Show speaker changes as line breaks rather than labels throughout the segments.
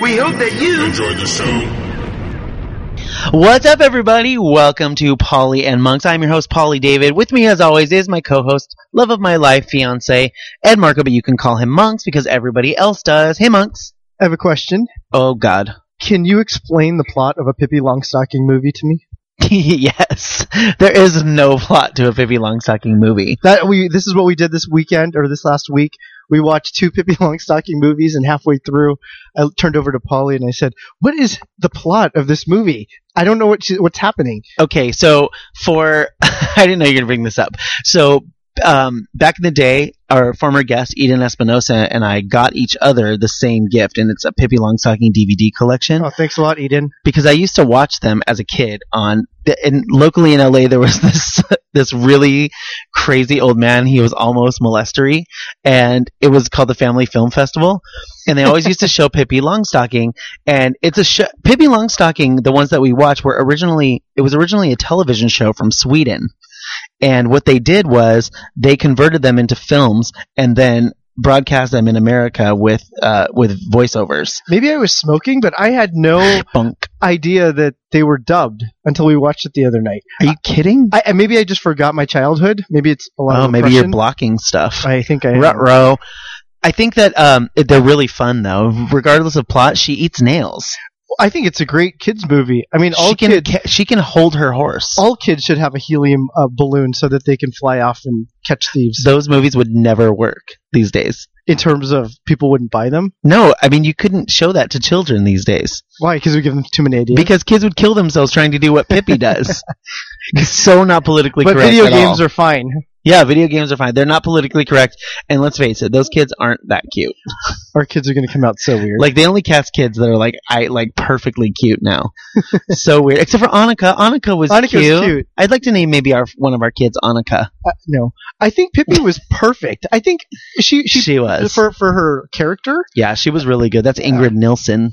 We hope that you
Enjoy the show.
What's up, everybody? Welcome to Polly and Monks. I'm your host, Polly David. With me, as always, is my co-host, love of my life, fiance Ed Marco, but you can call him Monks because everybody else does. Hey, Monks.
I have a question.
Oh God.
Can you explain the plot of a Pippi Longstocking movie to me?
yes, there is no plot to a Pippi Longstocking movie.
That we this is what we did this weekend or this last week. We watched two Pippi Longstocking movies, and halfway through, I turned over to Polly and I said, "What is the plot of this movie? I don't know what she, what's happening."
Okay, so for I didn't know you were gonna bring this up. So um, back in the day, our former guest Eden Espinosa and I got each other the same gift, and it's a Pippi Longstocking DVD collection.
Oh, thanks a lot, Eden.
because I used to watch them as a kid on the, and locally in LA there was this this really crazy old man he was almost molestery and it was called the Family Film Festival and they always used to show Pippi Longstocking and it's a sh- Pippi Longstocking the ones that we watch were originally it was originally a television show from Sweden and what they did was they converted them into films and then broadcast them in America with uh, with voiceovers
Maybe I was smoking, but I had no
bunk
idea that they were dubbed until we watched it the other night.
are you kidding
I, and maybe I just forgot my childhood. Maybe it's a lot
Oh,
of
maybe you're
oppression.
blocking stuff.
I think I am.
Ruh-roh. I think that um, they're really fun though. Regardless of plot, she eats nails.
I think it's a great kids movie. I mean, all
she can
kids.
ca- she can hold her horse.
all kids should have a helium uh, balloon so that they can fly off and catch thieves.
Those movies would never work these days.
in terms of people wouldn't buy them,
No, I mean you couldn't show that to children these days
why? Because we give them too many ideas.
because kids would kill themselves trying to do what Pippi does. It's so not politically
but
correct.
video
at
games
all.
are fine.
yeah, video games are fine. They're not politically correct, and let's face it, those kids aren't that cute.
Our kids are going to come out so weird.
Like they only cast kids that are like I like perfectly cute now. so weird. Except for Annika. Annika was
Annika
cute.
was cute.
I'd like to name maybe our one of our kids Annika.
Uh, no, I think Pippi was perfect. I think she
She,
she,
was.
for for her character,
yeah, she was really good. That's Ingrid Nilsson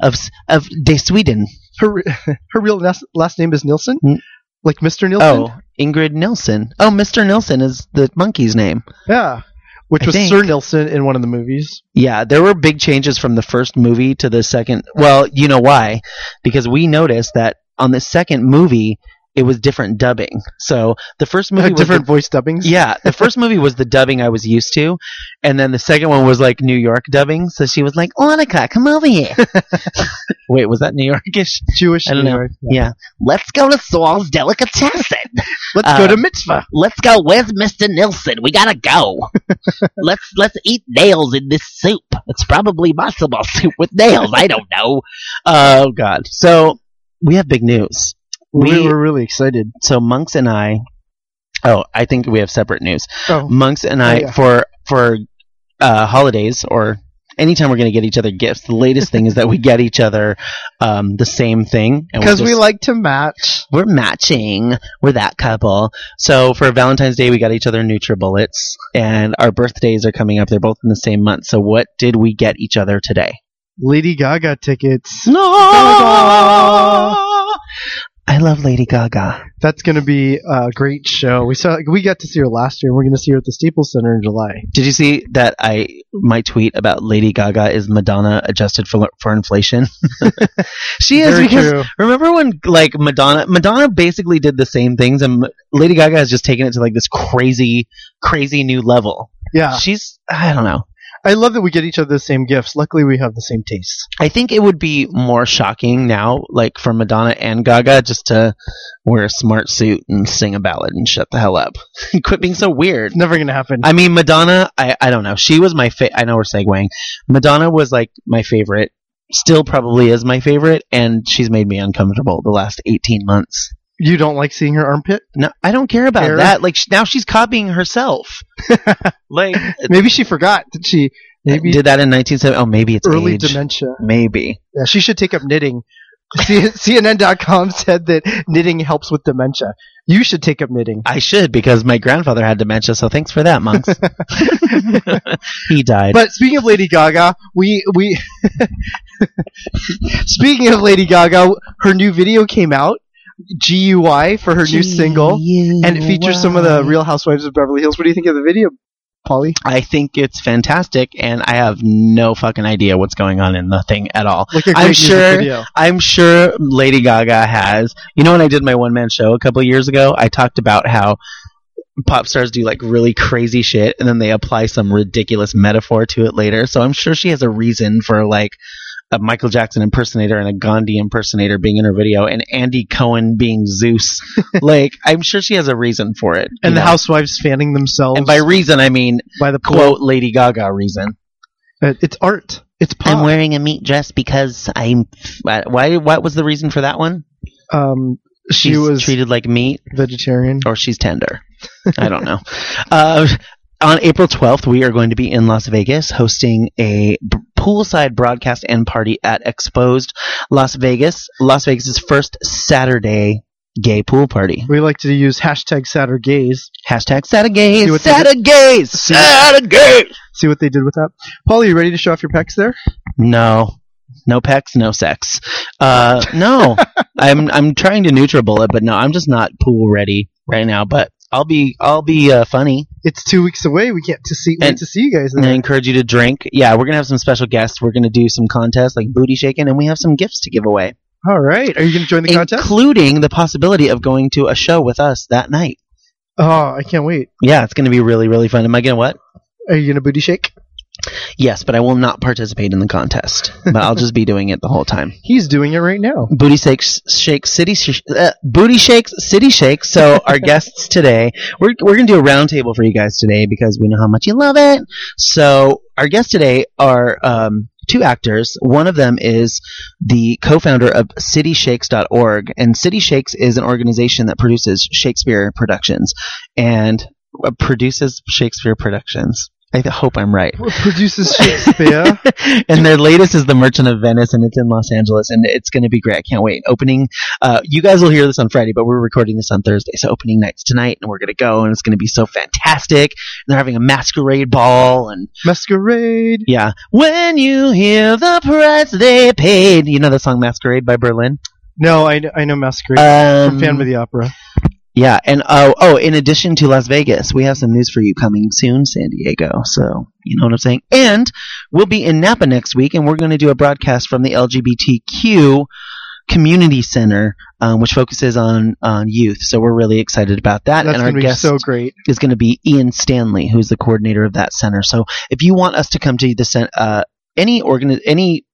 of s- of De Sweden.
her her real last, last name is Nilsson,
Mm.
like Mr. Nilsson.
Oh, Ingrid Nilsson. Oh, Mr. Nilsson is the monkey's name.
yeah, which
I
was
think.
Sir Nilsson in one of the movies.
Yeah, there were big changes from the first movie to the second. Well, you know why? Because we noticed that on the second movie it was different dubbing. So the first movie
Uh,
was the-
different voice dubbings.
Yeah, the first movie was the dubbing I was used to, and then the second one was like New York dubbing. So she was like, "Annika, come over here." Wait, was that New Yorkish?
Jewish.
I don't know.
anyway. Yeah.
Yeah. Let's go to Saul's Delicatessen.
Let's
Uh,
go to mitzvah.
Let's go. Where's Mister Nilsson? We gotta go. let's let's eat nails in this soup. It's probably matzo ball soup with nails. I don't know. Oh God. So we have big news.
We,
we-
were really excited.
So monks and I. Oh, I think we have separate news.
Oh.
Monks and I
Oh, yeah.
for for uh, holidays or anytime we're going to get each other gifts. The latest thing is that we get each other um, the same thing and we'll
Because we
just-
like to match.
we're matching. We're that couple. So for Valentine's Day, we got each other NutriBullets, and our birthdays are coming up. They're both in the same month. So what did we get each other today?
Lady Gaga tickets.
No.
Gaga.
I love Lady Gaga.
That's going to be a great show. We saw we got to see her last year. and We're going to see her at the Staples Center in July.
Did you see that I my tweet about Lady Gaga is Madonna adjusted for for inflation? she is
Very
because
true.
remember when like Madonna Madonna basically did the same things and Lady Gaga has just taken it to like this crazy crazy new level.
Yeah,
She's I don't know.
I love that we get each other the same gifts. Luckily, we have the same tastes.
I think it would be more shocking now like for Madonna and Gaga just to wear a smart suit and sing a ballad and shut the hell up. Quit being so weird.
It's never going to happen.
I mean, Madonna. I, I don't know. She was my. Fa- I know we're segueing. Madonna was like my favorite. Still, probably is my favorite, and she's made me uncomfortable the last eighteen months.
you don't like seeing her armpit?
No, I don't care about
Hair?
that. Like sh- now, she's copying herself. like
Maybe she forgot that she Maybe
did that in 1970. Oh, maybe it's
early
age.
dementia.
Maybe.
Yeah, she should take up knitting. C- CNN.com said that knitting helps with dementia. You should take up knitting.
I should because my grandfather had dementia, so thanks for that, monks. he died.
But speaking of Lady Gaga, we we speaking of Lady Gaga, her new video came out, GUI for her new single, and it features some of the Real Housewives of Beverly Hills. What do you think of the video, Polly?
I think it's fantastic, and I have no fucking idea what's going on in the thing at all.
Like a
I'm
great music
sure-
video.
I'm sure Lady Gaga has. You know, when I did my one man show a couple years ago, I talked about how pop stars do like really crazy shit and then they apply some ridiculous metaphor to it later. So I'm sure she has a reason for like a Michael Jackson impersonator and a Gandhi impersonator being in her video and Andy Cohen being Zeus. like, I'm sure she has a reason for it. you
And the
know?
housewives fanning themselves
And by reason, I mean
by the
quote Lady Gaga reason.
But It's art. It's pop.
I'm wearing a meat dress because I'm. Why? What was the reason for that one?
um, she
She's
was
treated like meat.
vegetarian.
or she's tender. I don't know. Uh, on April 12th, we are going to be in Las Vegas hosting a b- poolside broadcast and party at Exposed Las Vegas, Las Vegas' first Saturday gay pool party.
We like to use hashtag sadder gays.
Hashtag
See
Saturdays,
what they did-
Saturdays, Saturdays.
See what they did with that. Paul, are you ready to show off your pecs there?
No. No pecs, no sex. Uh, no, I'm I'm trying to NutriBullet, but no, I'm just not pool ready right now. But I'll be I'll be uh, funny
It's two weeks away. We can't to see wait
And-
to see you guys.
And I
There.
encourage you to drink. Yeah, we're gonna have some special guests. We're gonna do some contests like booty shaking, and we have some gifts to give away,
All right. Are you going to join the contest?
including the possibility of going to a show with us that night.
Oh, I can't wait.
Yeah, it's gonna be really really fun. Am I gonna what?
Are you going to booty shake?
Yes, but I will not participate in the contest. But I'll just be doing it the whole time.
He's doing it right now.
Booty shakes, shakes city, sh- uh, booty shakes, city shakes. So our guests today, we're we're gonna do a roundtable for you guys today because we know how much you love it. So our guests today are um, two actors. One of them is the co-founder of CityShakes.org, and City Shakes is an organization that produces Shakespeare productions and uh, produces Shakespeare productions. I hope I'm right
Produces Shakespeare.
and their latest is The Merchant of Venice, and it's in Los Angeles, and it's going to be great. I can't wait. Opening, uh, you guys will hear this on Friday, but we're recording this on Thursday, so opening night's tonight, and we're going to go, and it's going to be so fantastic. And they're having a masquerade ball, and
Masquerade.
yeah, when you hear the price they paid, you know the song Masquerade by Berlin.
No, I, kn- I know Masquerade. I'm
Um,
a fan of the opera.
yeah, and oh, oh, in addition to Las Vegas, we have some news for you coming soon, San Diego. So you know what I'm saying. And we'll be in Napa next week, and we're going to do a broadcast from the LGBTQ community center, um, which focuses on on youth. So we're really excited about that.
That's
and our
going to be
guest
so great.
is going to be Ian Stanley, who's the coordinator of that center. So if you want us to come to the cen- uh, any organ any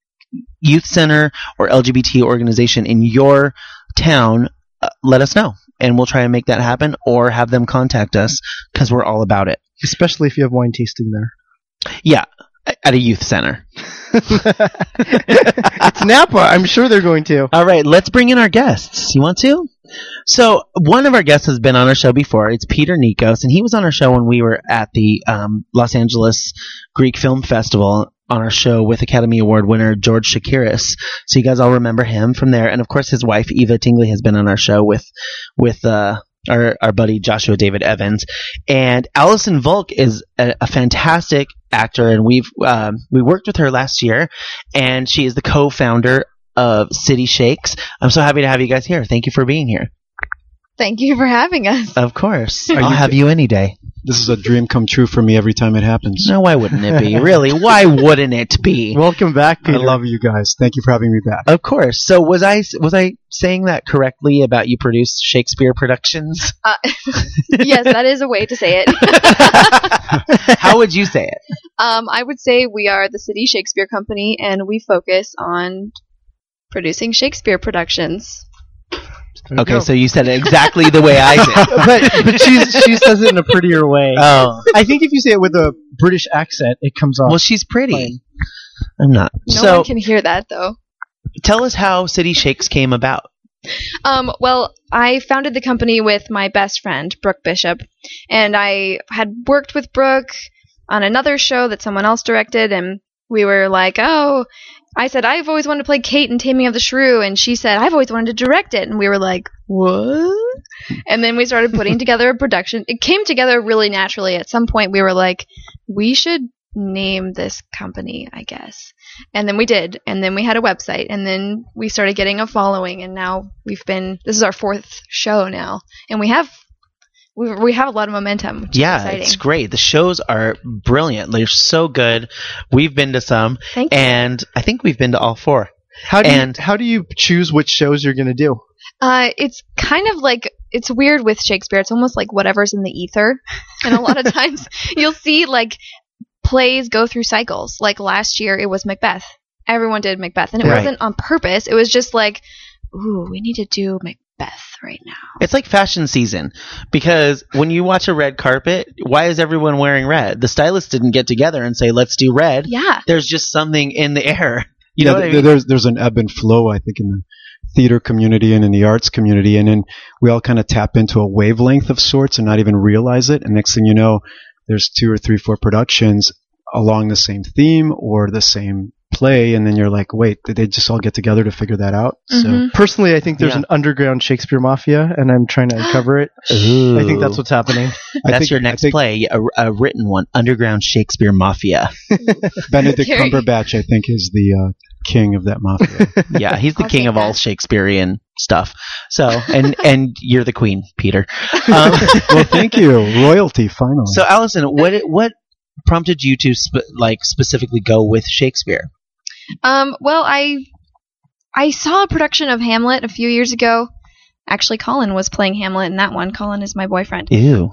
youth center or LGBT organization in your town, uh, let us know, and we'll try and make that happen, or have them contact us because we're all about it
Especially if you have wine tasting there.
A- at a youth center.
it's Napa. I'm sure they're going to.
All right, let's bring in our guests. You want to? So one of our guests has been on our show before. It's Peter Nikos, and he was on our show when we were at the um, Los Angeles Greek Film Festival on our show with Academy Award winner George Shakiris. So you guys all remember him from there, and of course his wife Eva Tingley has been on our show with with uh, our our buddy Joshua David Evans, and Allison Volk is a, a fantastic actor, and we've um, we worked with her last year, and she is the co-founder of City Shakes. I'm so happy to have you guys here. Thank you for being here.
Thank you for having us.
Of course.
Are
I'll
you-
have you any day.
This is a dream come true for me every time it happens.
No, why wouldn't it be? Really? Why wouldn't it be?
Welcome back, Peter.
I love you guys. Thank you for having me back.
Of course. So was I was I saying that correctly about you produced Shakespeare productions?
Uh, yes, that is a way to say it.
How would you say it?
um, I would say we are the City Shakespeare Company, and we focus on producing Shakespeare productions.
There you
okay,
go.
so you said it exactly the way I did.
but but she's, she says it in a prettier way.
Oh.
I think if you say it with a British accent, it comes off.
Well, she's pretty. I'm not.
No
so
one can hear that, though.
tell us how City Shakes came about.
Um, well, I founded the company with my best friend, Brooke Bishop, and I had worked with Brooke on another show that someone else directed, and we were like, oh, I said, I've always wanted to play Kate in Taming of the Shrew, and she said, I've always wanted to direct it. And we were like, what? And then we started putting together a production. It came together really naturally. At some point, we were like, we should name this company, I guess. And then we did. And then we had a website. And then we started getting a following. And now we've been, this is our fourth show now. And we have. We we have a lot of momentum. Which
yeah,
is exciting.
it's great. The shows are brilliant. They're so good. We've been to some,
Thank you.
and I think we've been to all four.
How do
And-
you, how do you choose which shows you're going to do?
Uh, it's kind of like it's weird with Shakespeare. It's almost like whatever's in the ether, and a lot of times you'll see like plays go through cycles. Like last year, it was Macbeth. Everyone did Macbeth, and it
Right.
wasn't on purpose. It was just like, ooh, we need to do Macbeth right now.
It's like fashion season because when you watch a red carpet, why is everyone wearing red? The stylists didn't get together and say, "Let's do red."
Yeah,
There's just something in the air. You
Yeah,
know what I
th-
mean?
there's there's an ebb and flow, I think, in the theater community and in the arts community, and then we all kind of tap into a wavelength of sorts and not even realize it. And next thing you know, there's two or three, four productions along the same theme or the same play, and then you're like, wait, did they just all get together to figure that out?
Mm-hmm.
Mhm.
Personally, I think there's
Yeah.
an underground Shakespeare mafia, and I'm trying to uncover it. I think that's what's happening.
So I
That's
think,
your next
I think
play, a, a written one, Underground Shakespeare Mafia.
Benedict
Carrie.
Cumberbatch, I think, is the uh, king of that mafia.
Yeah, he's the
I'll
king
take
of all
that.
Shakespearean stuff. So, and and you're the queen, Peter. Um,
well, thank you, royalty. Finally,
So, Allison, what what prompted you to sp- like specifically go with Shakespeare?
Um, well, I I saw a production of Hamlet a few years ago. Actually, Colin was playing Hamlet in that one. Colin is my boyfriend.
Ew,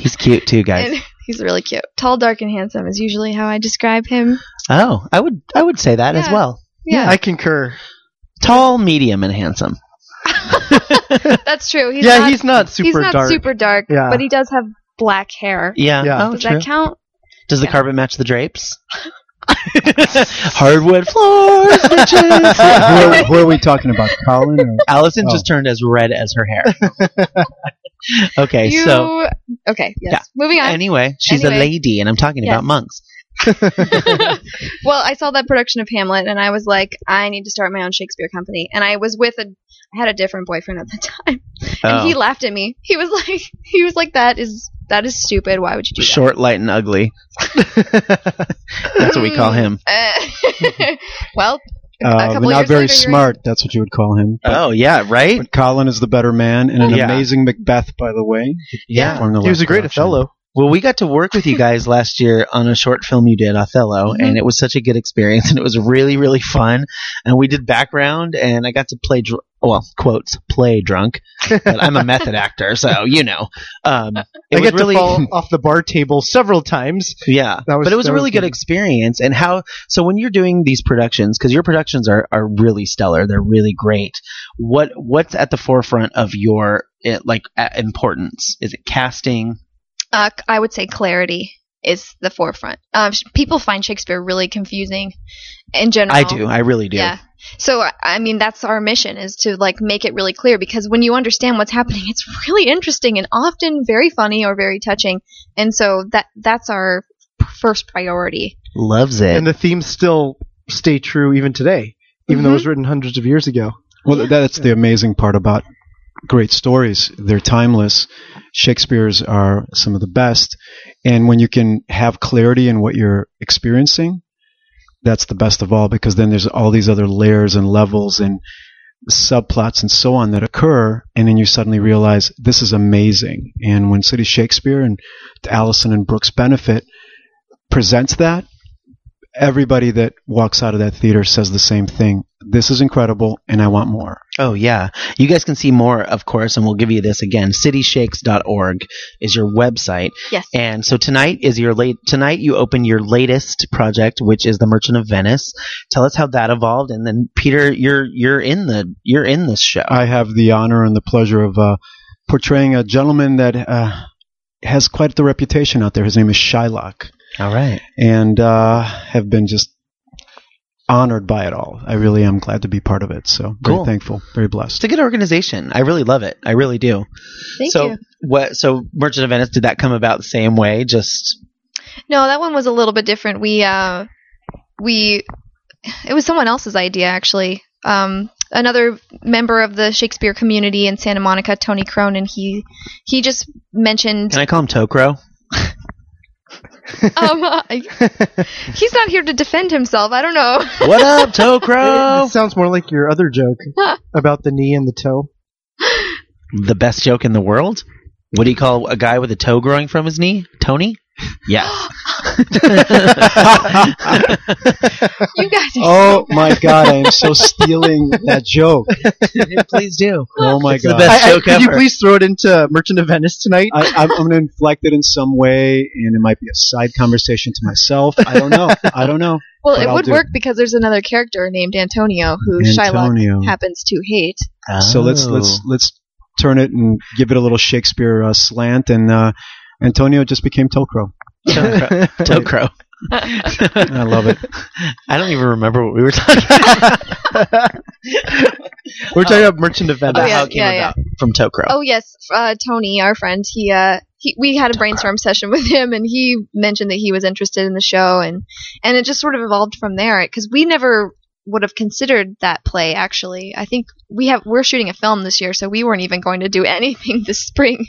he's cute too, guys.
And he's really cute. Tall, dark, and handsome is usually how I describe him.
Oh, I would I would say that as
Yeah.
well.
Yeah.
I concur.
Tall, medium, and handsome.
That's true. He's
yeah,
not,
he's not super
he's not
dark.
super dark,
Yeah.
but he does have black hair.
Yeah.
Yeah.
Oh,
Does
true.
that count?
Does the
yeah.
carpet match the drapes? Hardwood floors,
who,
bitches.
are, who are we talking about, Colin? Or?
Allison
Oh.
just turned as red as her hair. okay,
you
so
okay? Yes. Moving on.
Anyway, she's a
Anyway.
lady, and I'm talking
Yes.
about monks.
well, I saw that production of Hamlet, and I was like, I need to start my own Shakespeare company. And I was with a, I had a different boyfriend at the time, and he
Oh.
laughed at me. He was like, he was like, that is that is stupid. Why would you do that?
Short, light, and ugly. That's what we call him.
Uh, well,
Uh,
couple
but not
years
very
later, you're-
smart. That's what you would call him. But-
Oh yeah, right.
But Colin is the better man and an
Yeah.
amazing Macbeth, by the way.
Yeah.
From the
he was
last
a great
production.
Othello.
Well, we got to work with you guys last year on a short film you did, Othello,
Mm-hmm.
Mhm.
and it was such a good experience, and it was really, really fun. And we did background, and I got to play, dr- well, quotes, play drunk, but I'm a method actor, so you know. Um, it
I
was
get
really,
to fall off the bar table several times.
yeah,
That was-
but it was a
that was
really good
good.
experience. And how? So when you're doing these productions, because your productions are are really stellar, they're really great. What what's at the forefront of your eh, like eh, importance? Is it casting?
Uh, c- I would say clarity is the forefront. Um, sh- people find Shakespeare really confusing in general.
I do. I really do.
Yeah. So I- I mean, that's our mission is to like make it really clear because when you understand what's happening, it's really interesting and often very funny or very touching. And so that that's our p- first priority.
Loves it.
and the themes still stay true even today, even though it
Mm-hmm.
was written hundreds of years ago.
Well, that's the amazing part about great stories. They're timeless. Shakespeare's are some of the best. And when you can have clarity in what you're experiencing, that's the best of all because then there's all these other layers and levels and subplots and so on that occur. And then you suddenly realize this is amazing. And when City Shakespeare and to Allison and Brooks Benefit presents that, everybody that walks out of that theater says the same thing. This is incredible and I want more.
Oh, yeah. You guys can see more, of course, and we'll give you this again. Cityshakes.org is your website.
Yes.
And so tonight is your late, tonight you open your latest project, which is The Merchant of Venice. Tell us how that evolved. And then, Peter, you're, you're in the, you're in this show.
I have the honor and the pleasure of uh, portraying a gentleman that uh, has quite the reputation out there. His name is Shylock,
All right.
and uh, have been just honored by it all. I really am glad to be part of it. So
Cool.
very thankful, very blessed.
It's a good organization. I really love it. I really do.
Thank
so
you.
what, so Merchant of Venice, did that come about the same way? Just
No, that one was a little bit different. We uh, we it was someone else's idea actually. Um, another member of the Shakespeare community in Santa Monica, Tony Cronin, he he just mentioned
Can I call him Tokro?
um, uh, he's not here to defend himself. I don't know.
What up,
It,
Oh.
it
Tokro?
sounds more like your other joke about the knee and the toe.
the best joke in the world? What do you call a guy with a toe growing from his knee? Tony? Yes.
you guys are
Oh my god, I am so stealing that joke.
Please do.
Oh my
It's the
god.
best.
I- I-
joke
could you
ever.
please throw it into Merchant of Venice tonight?
I, I'm, I'm going to inflect it in some way, and it might be a side conversation to myself. I don't know. I don't know.
Well,
but
it
I'll
would
do
work because there's another character named Antonio who Shylock
Antonio.
happens to hate.
So let's let's
Oh.
let's turn it and give it a little Shakespeare uh, slant. And uh, Antonio just became Tokro.
Tokro. Tokro.
I love it.
I don't even remember what we were talking about.
We're talking about Merchant of Venice.
Oh, yeah,
how it came
yeah,
about from Tokro.
Oh yes, uh, Tony, our friend. He, uh, he, we had a brainstorm session with him, and he mentioned that he was interested in the show, and and it just sort of evolved from there because we never would have considered that play. Actually, I think we have we're shooting a film this year, so we weren't even going to do anything this spring.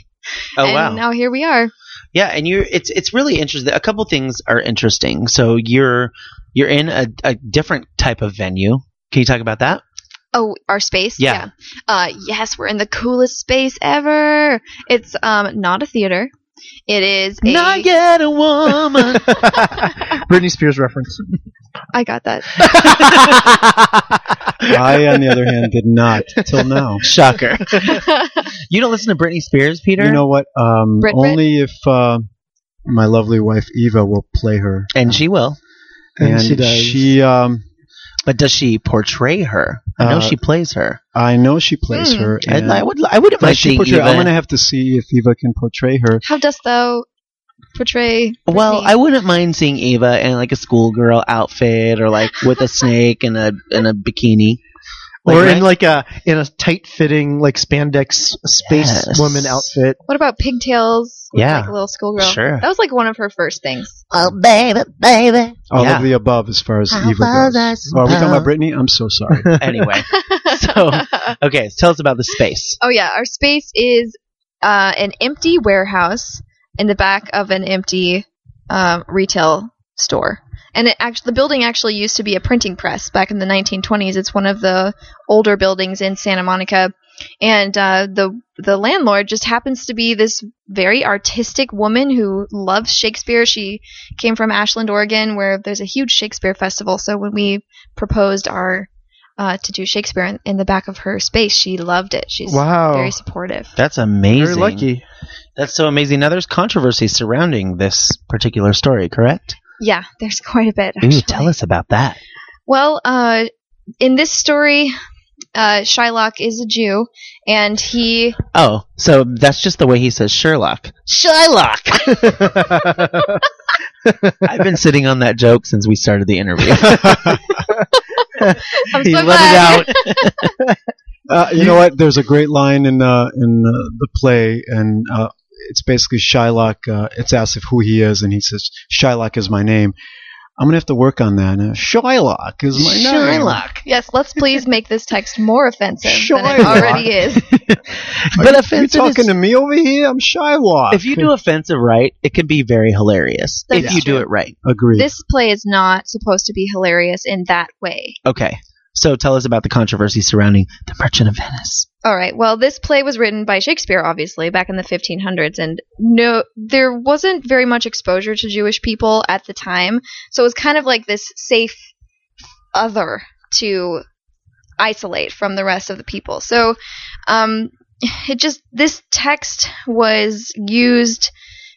Oh,
and Now here we are.
Yeah, and you're it's it's really interesting. A couple things are interesting. So you're you're in a, a different type of venue. Can you talk about that?
Oh, our space?
Yeah.
Uh, yes, we're in the coolest space ever. It's um not a theater. It is a.
Not yet a woman.
Britney Spears reference.
I got that.
I, on the other hand, did not till now.
Shocker. You don't listen to Britney Spears, Peter?
You know what? Um,
Brit, Brit?
only if uh, my lovely wife Eva will play her,
and she will.
And she does.
she, um,
But does she portray her? I know
Uh,
she plays her.
I know she plays
Mm.
her.
I'd-
and-
I would I wouldn't
Does
mind
she
seeing
portray?
Eva.
I'm gonna have to see if Eva can portray her.
How dost thou portray?
well,
Britney?
I wouldn't mind seeing Eva in like a schoolgirl outfit or like with a snake and a and a bikini.
or
Like,
in like a in a tight fitting like spandex space
Yes.
woman outfit.
What about pigtails? with,
Yeah.
Like a little schoolgirl.
Sure.
That was like one of her first things.
Oh baby, baby.
All
Yeah.
of the above, as far as
How
Eva
about
goes.
us?
Oh, are we talking about Brittany? I'm so sorry.
anyway, so okay, so tell us about the space.
oh, yeah. Our space is uh, an empty warehouse in the back of an empty um, retail store. And it actually, the building actually used to be a printing press back in the 1920s. It's one of the older buildings in Santa Monica, and uh, the the landlord just happens to be this very artistic woman who loves Shakespeare. She came from Ashland, Oregon, where there's a huge Shakespeare festival. So when we proposed our uh, to do Shakespeare in, in the back of her space, she loved it. She's
Wow.
Oh.
very supportive.
That's amazing.
Very lucky.
That's so amazing. Now there's controversy surrounding this particular story, correct?
Yeah, there's quite a bit.
Ooh,
actually.
tell us about that.
Well, uh, in this story, uh, Shylock is a Jew, and he
Oh, so that's just the way he says Sherlock. Shylock. I've been sitting on that joke since we started the interview.
I'm
he
so
let
glad.
it out.
Uh, you know what? There's a great line in uh, in uh, the play, and uh, it's basically Shylock. Uh, it's asked if who he is, and he says, "Shylock is my name." I'm gonna have to work on that. Uh, Shylock is my name.
Shylock.
Yes, let's please make this text more offensive than it
Shylock.
already is.
Are
But
you-
offensive
You
is-
talking to me over here? I'm Shylock.
If you do offensive right, it can be very hilarious. if
That's
you do
true.
it right.
agree,
This play is not supposed to be hilarious in that way.
Okay. So tell us about the controversy surrounding The Merchant of Venice.
All right. Well, this play was written by Shakespeare, obviously, back in the 1500s, and no, there wasn't very much exposure to Jewish people at the time, so it was kind of like this safe other to isolate from the rest of the people. So, um, it just this text was used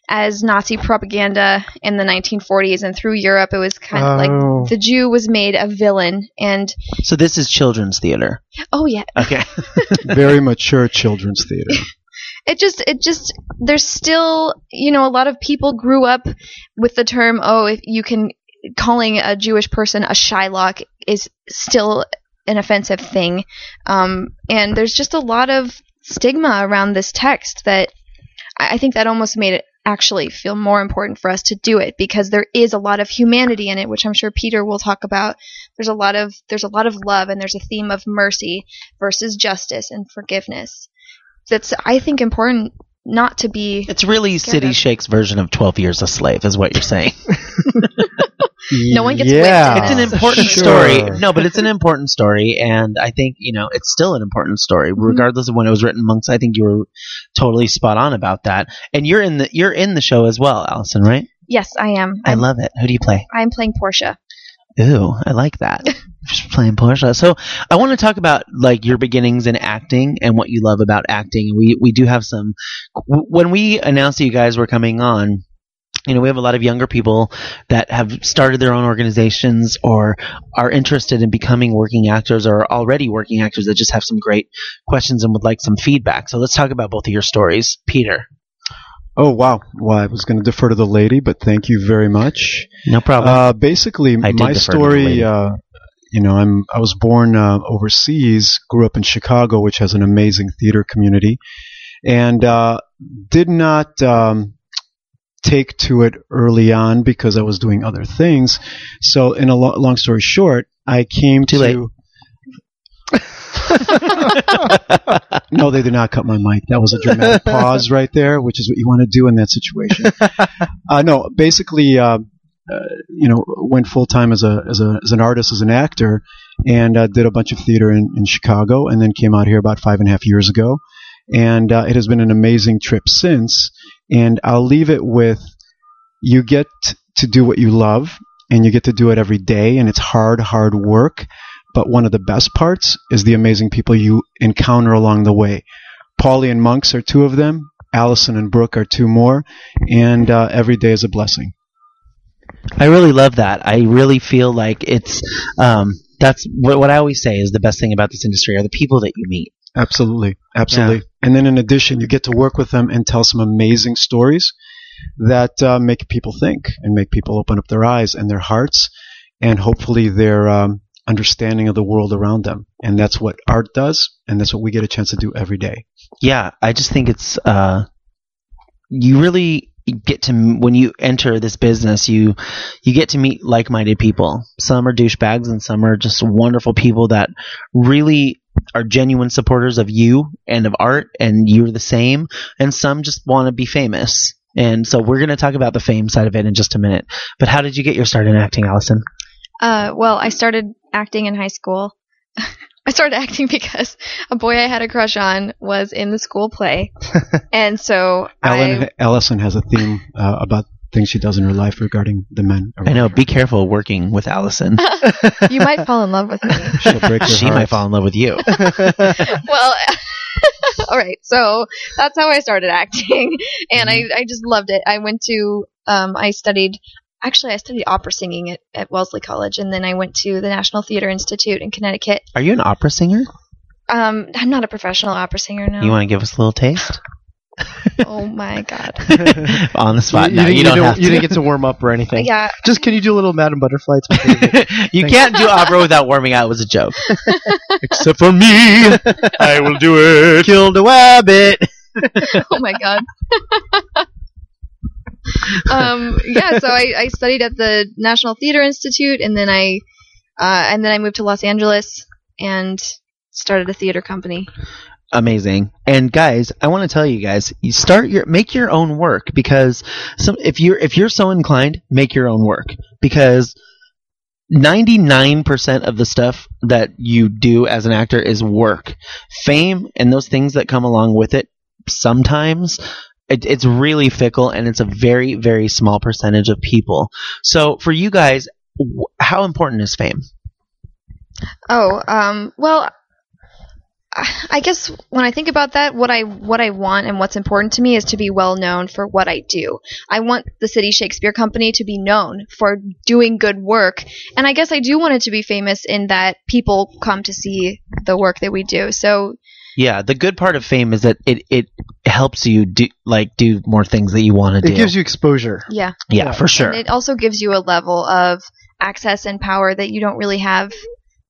as Nazi propaganda in the 1940s, and through Europe, it was kind of like
Oh.
the Jew was made a villain, and
So this is children's theater.
oh yeah,
Okay.
very mature children's theater.
it just it just there's still you know a lot of people grew up with the term oh if you can calling a jewish person a shylock is still an offensive thing um, and there's just a lot of stigma around this text that i I think that almost made it actually feel more important for us to do it because there is a lot of humanity in it, which I'm sure Peter will talk about. There's a lot of there's a lot of love and there's a theme of mercy versus justice and forgiveness. That's I think important not to be
It's really
Scared
City
of-
Shake's version of Twelve Years a Slave, is what you're saying.
No one gets
yeah.
whipped
it's an
Yes.
important
Ah, Sure.
story. No, but it's an important story, and I think you know it's still an important story, regardless of when it was written. Monks, I think you were totally spot on about that. And you're in the you're in the show as well, Allison, right?
yes, I am.
I
I'm,
love it. Who do you play?
I'm playing Portia.
Ooh, I like that. Just playing Portia. So I want to talk about like your beginnings in acting and what you love about acting. We we do have some. w- When we announced that you guys were coming on, you know, we have a lot of younger people that have started their own organizations or are interested in becoming working actors or are already working actors that just have some great questions and would like some feedback. So let's talk about both of your stories, Peter.
Oh wow. Well, I was going to defer to the lady, but thank you very much.
No problem.
Uh, basically,
I did
my
defer to the lady.
story. Uh, you know, I'm I was born uh, overseas, grew up in Chicago, which has an amazing theater community, and uh, did not um, take to it early on because I was doing other things. So, in a lo- long story short, I came
Too
to.
late.
No, they did not cut my mic. That was a dramatic pause right there, which is what you want to do in that situation. Uh, no, basically, uh, uh, you know, went full time as a, as a as an artist, as an actor, and uh, did a bunch of theater in, in Chicago, and then came out here about five and a half years ago, and uh, it has been an amazing trip since. And I'll leave it with you get to do what you love, and you get to do it every day, and it's hard, hard work but one of the best parts is the amazing people you encounter along the way. Paulie and Monks are two of them. Allison and Brooke are two more, and uh, every day is a blessing.
I really love that. I really feel like it's um, that's what, what I always say is the best thing about this industry are the people that you meet.
Absolutely, absolutely. And then in addition, you get to work with them and tell some amazing stories that uh, make people think and make people open up their eyes and their hearts, and hopefully their um, understanding of the world around them. And that's what art does, and that's what we get a chance to do every day.
Yeah, I just think it's uh, you really get to m- when you enter this business you you get to meet like-minded people. Some are douchebags and some are just wonderful people that really are genuine supporters of you and of art and you're the same and some just want to be famous. And so we're going to talk about the fame side of it in just a minute. But how did you get your start in acting, Allison?
Uh, well, I started acting in high school. I started acting because a boy I had a crush on was in the school play, and so
Ellen,
I
Ellison has a theme uh, about things she does in her life regarding the men.
I know. Be careful working with Allison.
you might fall in love with me.
She'll break your
she
heart.
might fall in love with you.
well all right so that's how i started acting and I, I just loved it i went to um, i studied actually i studied opera singing at, at wellesley college and then i went to the national theater institute in connecticut
Are you an opera singer?
um, i'm not a professional opera singer
You
now
want to give us a little taste
oh my god
on the spot?
you,
no, you,
you, didn't- you
don't
don't-
have
you didn't get to warm up or anything.
yeah
Just can you do a little Madame Butterfly? It's my favorite.
to. you can't do opera without warming out. It was a joke.
Except for me, I will do it.
Killed a rabbit.
oh my god um, yeah so I, I studied at the national theater institute and then i uh, and then i moved to los angeles and started a theater company
amazing. And guys, I want to tell you guys, you start your make your own work because some if you're if you're so inclined, make your own work because 99% of the stuff that you do as an actor is work. Fame and those things that come along with it sometimes it, it's really fickle and it's a very very small percentage of people. So for you guys, w- how important is fame?
Oh, um, well, I I guess when I think about that, what I what I want and what's important to me is to be well known for what I do. I want the City Shakespeare Company to be known for doing good work, and I guess I do want it to be famous in that people come to see the work that we do. So,
Yeah, the good part of fame is that it it helps you do like do more things that you want to do.
It gives you exposure.
yeah,
yeah,
yeah.
for sure.
and it also gives you a level of access and power that you don't really have,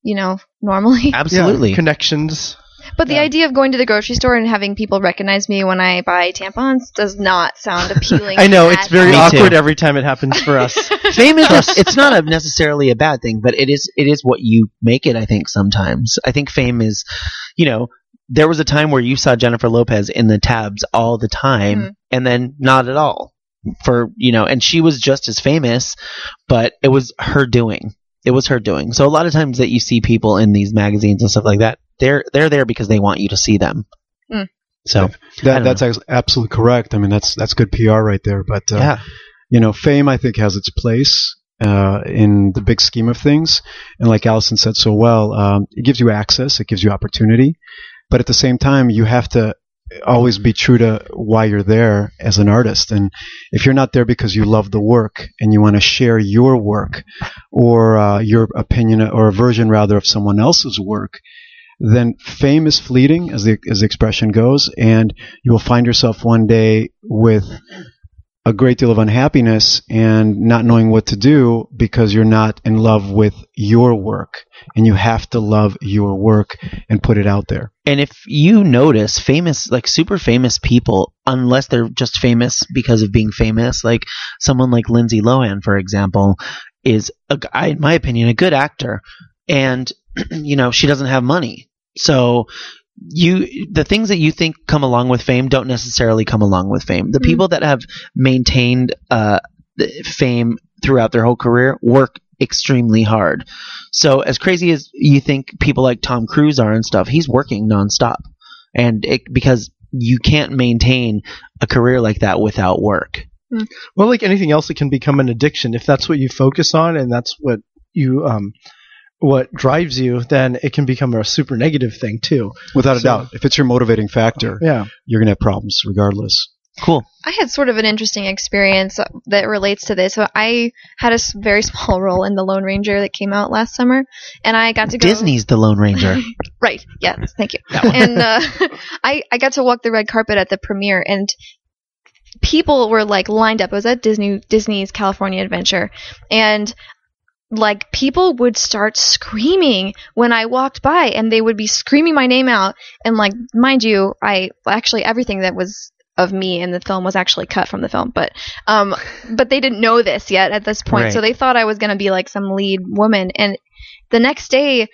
you know, normally.
Yeah,
Absolutely.
connections.
But the idea of going to the grocery store and having people recognize me when I buy tampons does not sound appealing.
I know
at
it's very
Me
all.
awkward
too.
every time it happens for us.
Fame is a, it's not a necessarily a bad thing, but it is it is what you make it. I think sometimes I think fame is, you know, there was a time where you saw Jennifer Lopez in the tabs all the time,
Mhm.
and then not at all for you know, and she was just as famous, but it was her doing. It was her doing. So a lot of times that you see people in these magazines and stuff like that, they're they're there because they want you to see them.
Mm.
So
That,
don't
that's ex- absolutely correct. I mean, that's that's good PR right there. But uh,
yeah,
you know, fame I think has its place uh, in the big scheme of things. And like Allison said so well, um, it gives you access, it gives you opportunity, but at the same time, you have to always be true to why you're there as an artist. And if you're not there because you love the work and you want to share your work or uh, your opinion or a version rather of someone else's work. Then fame is fleeting, as the as the expression goes, and you will find yourself one day with a great deal of unhappiness and not knowing what to do because you're not in love with your work and you have to love your work and put it out there.
And if you notice, famous, like super famous people, unless they're just famous because of being famous, like someone like Lindsay Lohan, for example, is, a g I in my opinion, a good actor. And, you know, she doesn't have money. So you the things that you think come along with fame don't necessarily come along with fame the
Mhm.
people that have maintained uh th- fame throughout their whole career work extremely hard so as crazy as you think people like Tom Cruise are and stuff, he's working nonstop, and it, because you can't maintain a career like that without work.
well, like anything else, it can become an addiction if that's what you focus on and that's what you um what drives you. Then it can become a super negative thing too.
Without a
So-
doubt, if it's your motivating factor,
Yeah.
you're going to have problems regardless.
Cool.
I had sort of an interesting experience that relates to this. So I had a s- very small role in The Lone Ranger that came out last summer, and I got to go.
Disney's The Lone Ranger.
Right. Yes. Thank you. and uh, I I got to walk the red carpet at the premiere, and people were like lined up. It was at Disney Disney's California Adventure, and like people would start screaming when I walked by, and they would be screaming my name out. And like, mind you, I actually everything that was of me in the film was actually cut from the film, but um, but they didn't know this yet at this point, so
Right.
they thought I was gonna be like some lead woman, and the next day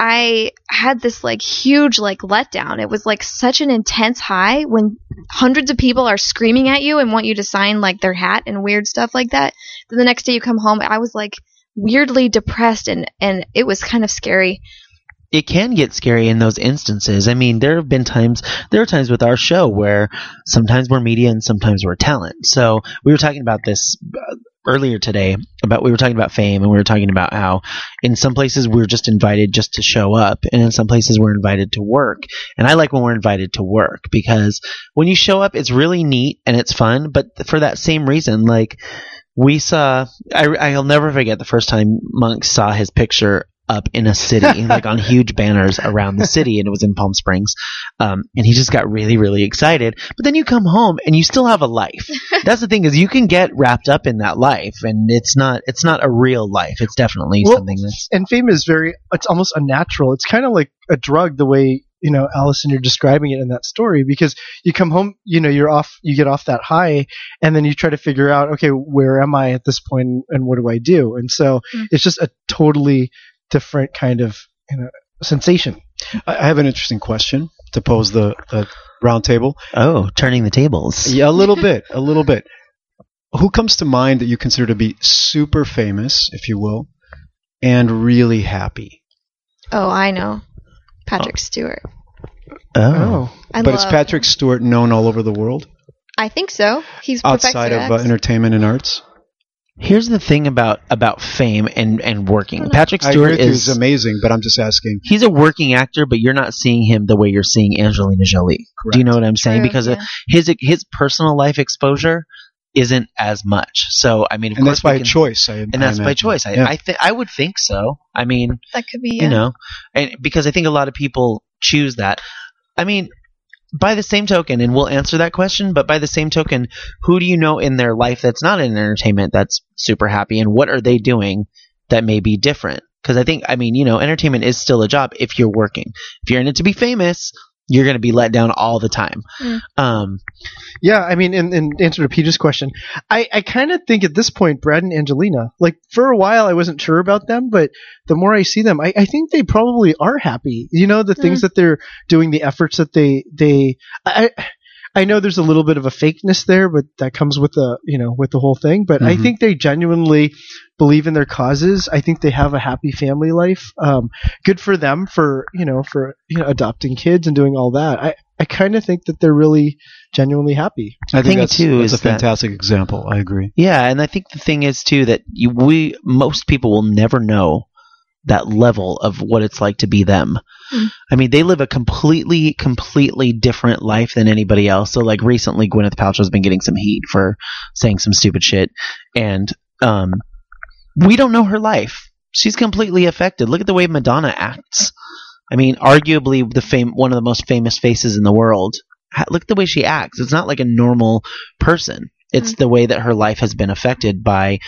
I had this like huge like letdown. It was like such an intense high when hundreds of people are screaming at you and want you to sign like their hat and weird stuff like that. Then the next day you come home, I was like weirdly depressed and and it was kind of scary.
it can get scary in those instances. I mean, there have been times, there are times with our show where sometimes we're media and sometimes we're talent. So we were talking about this uh, earlier today about we were talking about fame and we were talking about how in some places we're just invited just to show up and in some places we're invited to work. And I like when we're invited to work because when you show up, it's really neat and it's fun. But for that same reason, like we saw, I, I'll never forget the first time Monk saw his picture up in a city, like on huge banners around the city, and it was in Palm Springs. Um, and he just got really, really excited. But then you come home and you still have a life. That's the thing is you can get wrapped up in that life, and it's not it's not a real life. It's definitely
Well,
something that's
and fame is very it's almost unnatural it's kind of like a drug the way you know allison you're describing it in that story because you come home you know you're off you get off that high and then you try to figure out okay where am i at this point and what do i do and so
Mm.
it's just a totally different kind of you know sensation
I I have an interesting question to pose the, the round table.
oh, turning the tables.
Yeah, a little bit, a little bit. Who comes to mind that you consider to be super famous, if you will, and really happy?
Oh, I know. Patrick Stewart.
Oh,
I
but it's
love-
Patrick Stewart known all over the world
I think so. He's
outside of uh,
perfected X.
entertainment and arts.
here's the thing about about fame and and working. Patrick
I agree
Stewart
with you, he's
is.
amazing, but I'm just asking.
He's a working actor, but you're not seeing him the way you're seeing Angelina Jolie. Do you know what I'm saying?
True,
Because uh,
yeah.
his his personal life exposure isn't as much. So I mean, of
and
course,
that's by
we can-
choice. I,
and that's by choice. I
Yeah.
I, th- I would think so. I mean,
that could be
you
yeah.
know, and because I think a lot of people choose that. I mean, by the same token, and we'll answer that question. But by the same token, who do you know in their life that's not in entertainment that's super happy, and what are they doing that may be different? Because I think, I mean, you know, entertainment is still a job if you're working. If you're in it to be famous, you're going to be let down all the time.
Mm.
Um,
Yeah, I mean, in, in answer to Peter's question, I, I kind of think at this point, Brad and Angelina, like for a while, I wasn't sure about them, but the more I see them, I, I think they probably are happy. You know, the things that they're doing, the efforts that they they. I, I- I know there's a little bit of a fakeness there, but that comes with the you know with the whole thing. But I
Mhm.
think they genuinely believe in their causes. I think they have a happy family life. Um, good for them for you know for you know adopting kids and doing all that. I I kind of think that they're really genuinely happy.
I
thing
think that's,
too
that's
is
a
that-
fantastic example. I agree.
yeah, and I think the thing is too that you, we most people will never know that level of what it's like to be them.
Mm.
I mean, they live a completely, completely different life than anybody else. So, like recently, Gwyneth Paltrow's been getting some heat for saying some stupid shit, and um, we don't know her life. She's completely affected. Look at the way Madonna acts. I mean, arguably the fame, one of the most famous faces in the world. Ha- Look at the way she acts. It's not like a normal person. It's the way that her life has been affected by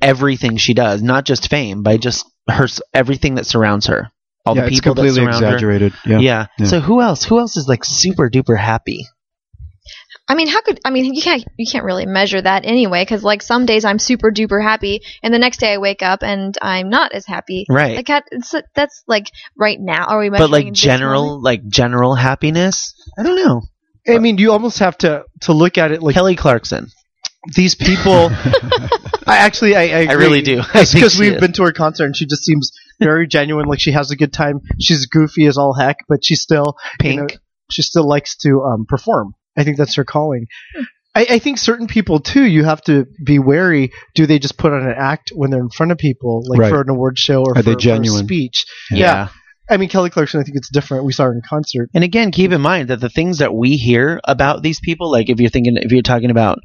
everything she does, not just fame, by just her s- everything that surrounds her, all
yeah,
the
it's
people that
completely
surround her.
exaggerated.
Yeah.
Yeah. Yeah.
So who else? Who else is like super duper happy?
I mean, how could I mean you can't you can't really measure that anyway because like some days I'm super duper happy and the next day I wake up and I'm not as happy.
Right.
Like that- it's, that's like right now. Are we measuring?
but like
this moment?
general, like general happiness. I don't know.
I mean, you almost have to to look at it like
Kelly Clarkson.
these people. I actually, I I,
I
agree.
really do. I think
because
she
we've
is.
been to her concert and she just seems very genuine. Like she has a good time. She's goofy as all heck, but she still
pink.
know, she still likes to um, perform. I think that's her calling. I, I think certain people too. You have to be wary. Do they just put on an act when they're in front of people, like
Right.
for an award show or
Are
for,
they
for a
genuine?
speech?
Yeah.
yeah.
I mean, Kelly Clarkson. I think it's different. We saw her in concert.
And again, keep in mind that the things that we hear about these people, like if you're thinking, if you're talking about,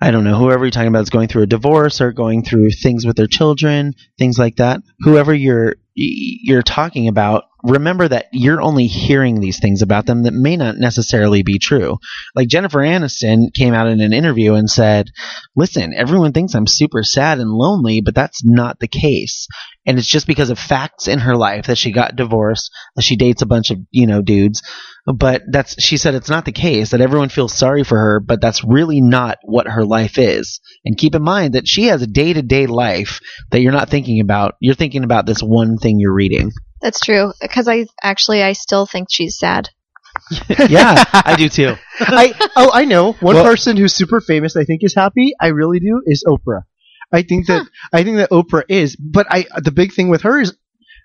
I don't know, whoever you're talking about is going through a divorce or going through things with their children, things like that. Whoever you're y- you're talking about, remember that you're only hearing these things about them that may not necessarily be true. Like Jennifer Aniston came out in an interview and said, "Listen, everyone thinks I'm super sad and lonely, but that's not the case." And it's just because of facts in her life that she got divorced, that she dates a bunch of you know dudes but that's she said it's not the case that everyone feels sorry for her but that's really not what her life is and keep in mind that she has a day-to-day life that you're not thinking about you're thinking about this one thing you're reading
That's true because I actually I still think she's sad.
yeah i do too
I oh I know one
Well-
person who's super famous. I think is happy. I really do is Oprah. I think that I think that Oprah is. But I the big thing with her is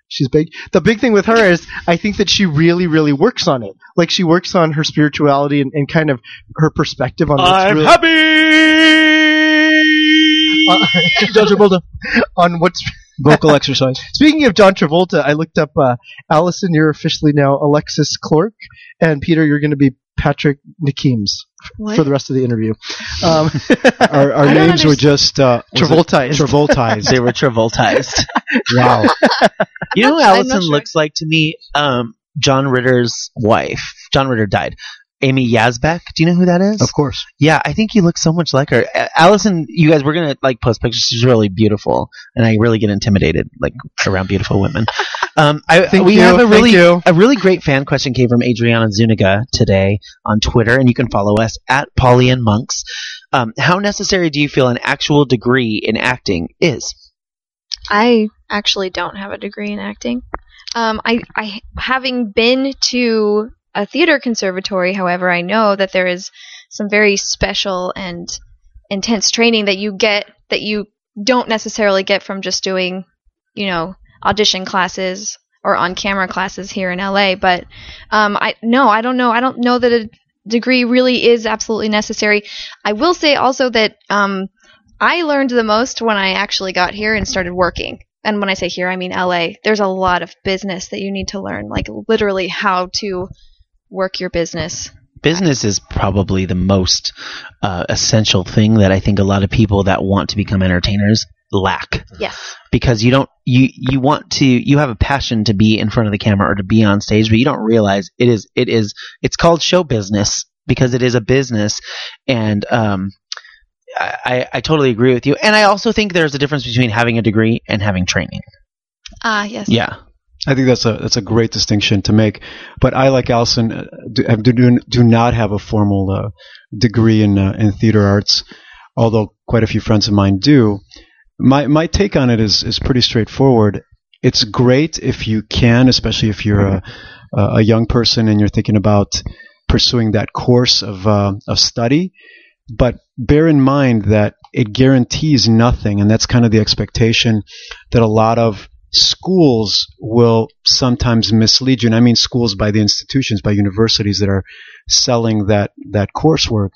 she's big. The big thing with her is I think that she really really works on it. Like she works on her spirituality and, and kind of her perspective on what's really, happy. John Travolta on what's
Vocal exercise.
Speaking of John Travolta, I looked up uh, Allison. You're officially now Alexis Clark, and Peter, you're going to be Patrick Nikims
What?
for the rest of the interview. Um,
Our, our
I don't
names were just uh, was it
Travolta.
Travoltize.
they were travoltized
wow.
you know who
I'm not
allison
sure.
looks like to me um, john ritter's wife john ritter died amy yazbek do you know who that is
Of course.
Yeah, I think you look so much like her. A- Allison, you guys, we're gonna like post pictures. She's really beautiful, and I really get intimidated like around beautiful women. Um, I
Thank
we
you,
have a
thank
really
you.
a really great fan question came from Adriana Zuniga today on Twitter, and you can follow us at Polly and Monks. Um, how necessary do you feel an actual degree in acting is?
I actually don't have a degree in acting. Um, I, I having been to a theater conservatory, however, I know that there is some very special and intense training that you get that you don't necessarily get from just doing, you know, audition classes or on camera classes here in LA. But um, I no, I don't know. I don't know that a degree really is absolutely necessary. I will say also that um, I learned the most when I actually got here and started working. And when I say here, I mean LA. There's a lot of business that you need to learn, like literally how to work your business.
business is probably the most uh, essential thing that I think a lot of people that want to become entertainers lack.
Yes.
Because you don't you you want to you have a passion to be in front of the camera or to be on stage, but you don't realize it is it is it's called show business because it is a business, and um, I I, I totally agree with you. And I also think there's a difference between having a degree and having training.
Ah, yes.
Yeah.
I think that's a that's a great distinction to make. But I, like Allison, uh, do, have- do- do, do not have a formal uh, degree in uh, in theater arts, although quite a few friends of mine do. My my take on it is is pretty straightforward. It's great if you can, especially if you're a a young person and you're thinking about pursuing that course of uh, of study. But bear in mind that it guarantees nothing, and that's kind of the expectation that a lot of schools will sometimes mislead you, and I mean schools by the institutions, by universities that are selling that that coursework,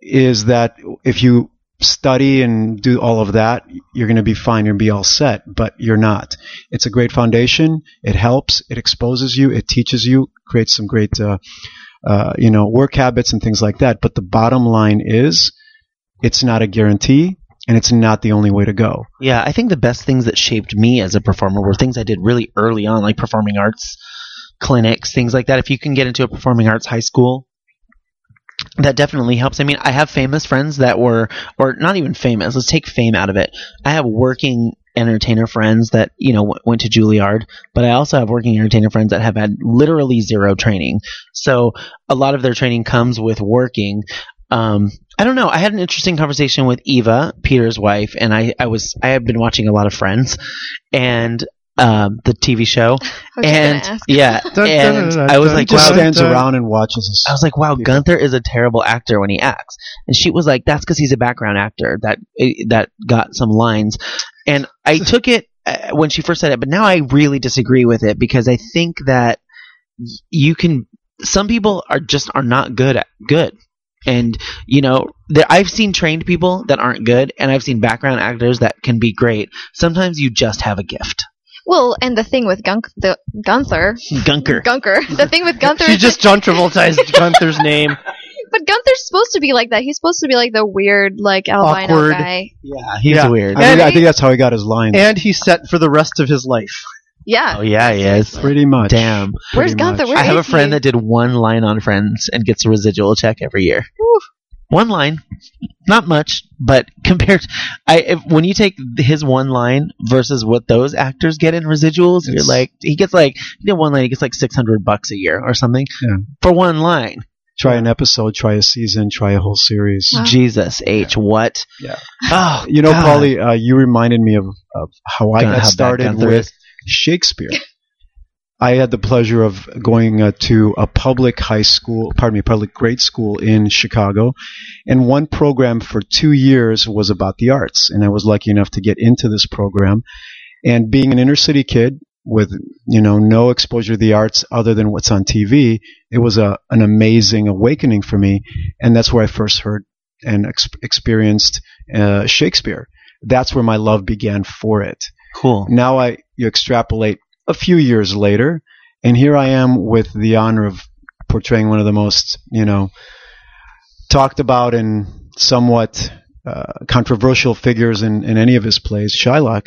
is that if you study and do all of that, you're going to be fine, you're going to be all set, but you're not. It's a great foundation. It helps. It exposes you. It teaches you. Creates some great, uh, uh, you know, work habits and things like that. But the bottom line is, it's not a guarantee, and it's not the only way to go.
Yeah, I think the best things that shaped me as a performer were things I did really early on, like performing arts clinics, things like that. If you can get into a performing arts high school, that definitely helps. I mean, I have famous friends that were, or not even famous, let's take fame out of it. I have working entertainer friends that, you know, w- went to Juilliard, but I also have working entertainer friends that have had literally zero training. So a lot of their training comes with working. Um, I don't know. I had an interesting conversation with Eva, Peter's wife, and I, I was I have been watching a lot of Friends and um, the TV show.
I was just gonna
and
ask.
yeah,
dun,
and
dun, dun,
I was
dun,
like,
dun,
just
wow,
dun.
stands around and watches us.
I was like, wow,
Yeah.
Gunther is a terrible actor when he acts. And she was like, that's because he's a background actor that eh, that got some lines. And I took it uh, when she first said it, but now I really disagree with it because I think that y- you can. Some people are just are not good at good. And you know, there, I've seen trained people that aren't good, and I've seen background actors that can be great. Sometimes you just have a gift.
Well, and the thing with Gunk, the Gunther,
Gunker.
Gunker, the thing with Gunther
She
is
just John Travolta's Gunther's name.
that- but Gunther's supposed to be like that. He's supposed to be like the weird, like albino
Awkward.
guy.
Yeah, he's
Yeah.
weird.
I think, I
Right?
think that's how he got his line.
And he's set for the rest of his life.
Yeah.
Oh yeah, he is.
pretty much.
Damn.
Where's
pretty
Gunther?
much.
Where
I have a
is
friend
he?
that did one line on Friends and gets a residual check every year.
Oof.
One line, not much, but compared, I if, when you take his one line versus what those actors get in residuals, you're
It's-
like he gets like he did one line, he gets like six hundred bucks a year or something
Yeah.
for one line.
Try an episode, try a season, try a whole series.
Wow.
Jesus H, what?
Yeah.
Oh,
You know,
God.
Polly, uh, you reminded me of, of how I
God, how
got
bad
started
Gunther
with
is.
Shakespeare. I had the pleasure of going uh, to a public high school, pardon me, public grade school in Chicago, and one program for two years was about the arts, and I was lucky enough to get into this program. And being an inner city kid with you know no exposure to the arts other than what's on TV, it was a an amazing awakening for me, and that's where I first heard and ex- experienced uh, Shakespeare. That's where my love began for it
cool.
now I you extrapolate a few years later, and here I am with the honor of portraying one of the most you know talked about and somewhat uh, controversial figures in, in any of his plays, Shylock.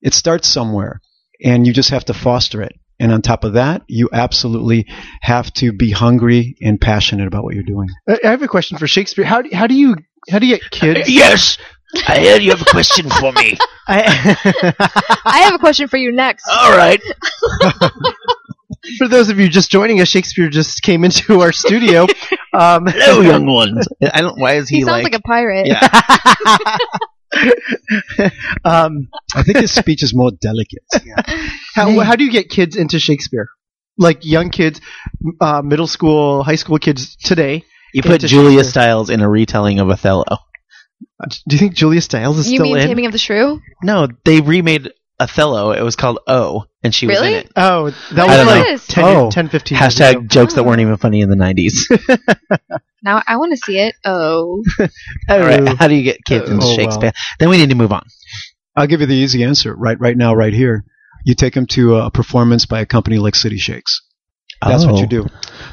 It starts somewhere, and you just have to foster it. And on top of that, you absolutely have to be hungry and passionate about what you're doing.
I I have a question for Shakespeare. How do, how do you how do you get kids?
Yes, I hear you have a question for me.
I-
I have a question for you next.
Oh,
All right.
for those of you just joining us, Shakespeare just came into our studio. Um,
Hello, young ones.
I don't. Why is
He,
he,
sounds like, a pirate.
Yeah.
um,
I think his speech is more delicate.
how, how do you get kids into Shakespeare? Like young kids, m- uh, middle school, high school kids today.
you put
into
Julia
Shakespeare.
Stiles in a retelling of Othello?
Uh, Do you think Julia Stiles is
You
still
mean
in?
Taming of the Shrew?
No, they remade Othello. It was called O, and she was
Really?
in it.
Oh, that
What
was
is
like
this?
10,
Oh.
10, 15 years ago.
Hashtag jokes that weren't even funny in the nineties.
Now I want to see it. Oh,
All right, how do you get kids
Oh,
into
wow.
Shakespeare? Then we need to move on.
I'll give you the easy answer right right now, right here. You take him to a performance by a company like City Shakes. That's what you do.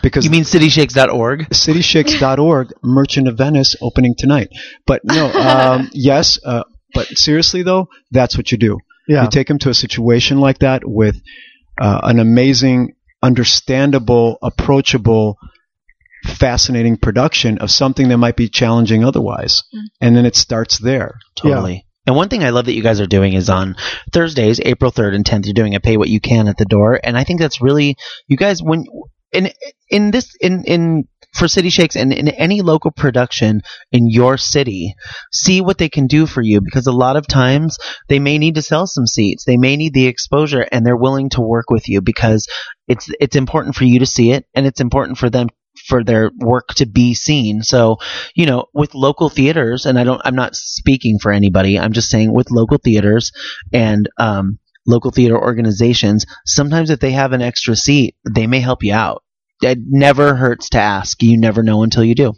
Because
Oh. You mean cityshakes.org?
cityshakes.org, Merchant of Venice opening tonight. But no, um, yes, uh, but seriously though, that's what you do.
Yeah.
You take him to a situation like that with uh, an amazing, understandable, approachable,
Mm.
fascinating production of something that might be challenging otherwise. And then it starts there.
Totally. And one thing I love that you guys are doing is on Thursdays, April 3rd and 10th, you're doing a pay what you can at the door. And I think that's really, you guys, when, in, in this, in, in, for City Shakes and in any local production in your city, see what they can do for you because a lot of times they may need to sell some seats, they may need the exposure, and they're willing to work with you because it's it's important for you to see it and it's important for them for their work to be seen. So, you know, with local theaters, and I don't, I'm not speaking for anybody. I'm just saying with local theaters and um, local theater organizations, sometimes if they have an extra seat, they may help you out. It never hurts to ask. You never know until you do.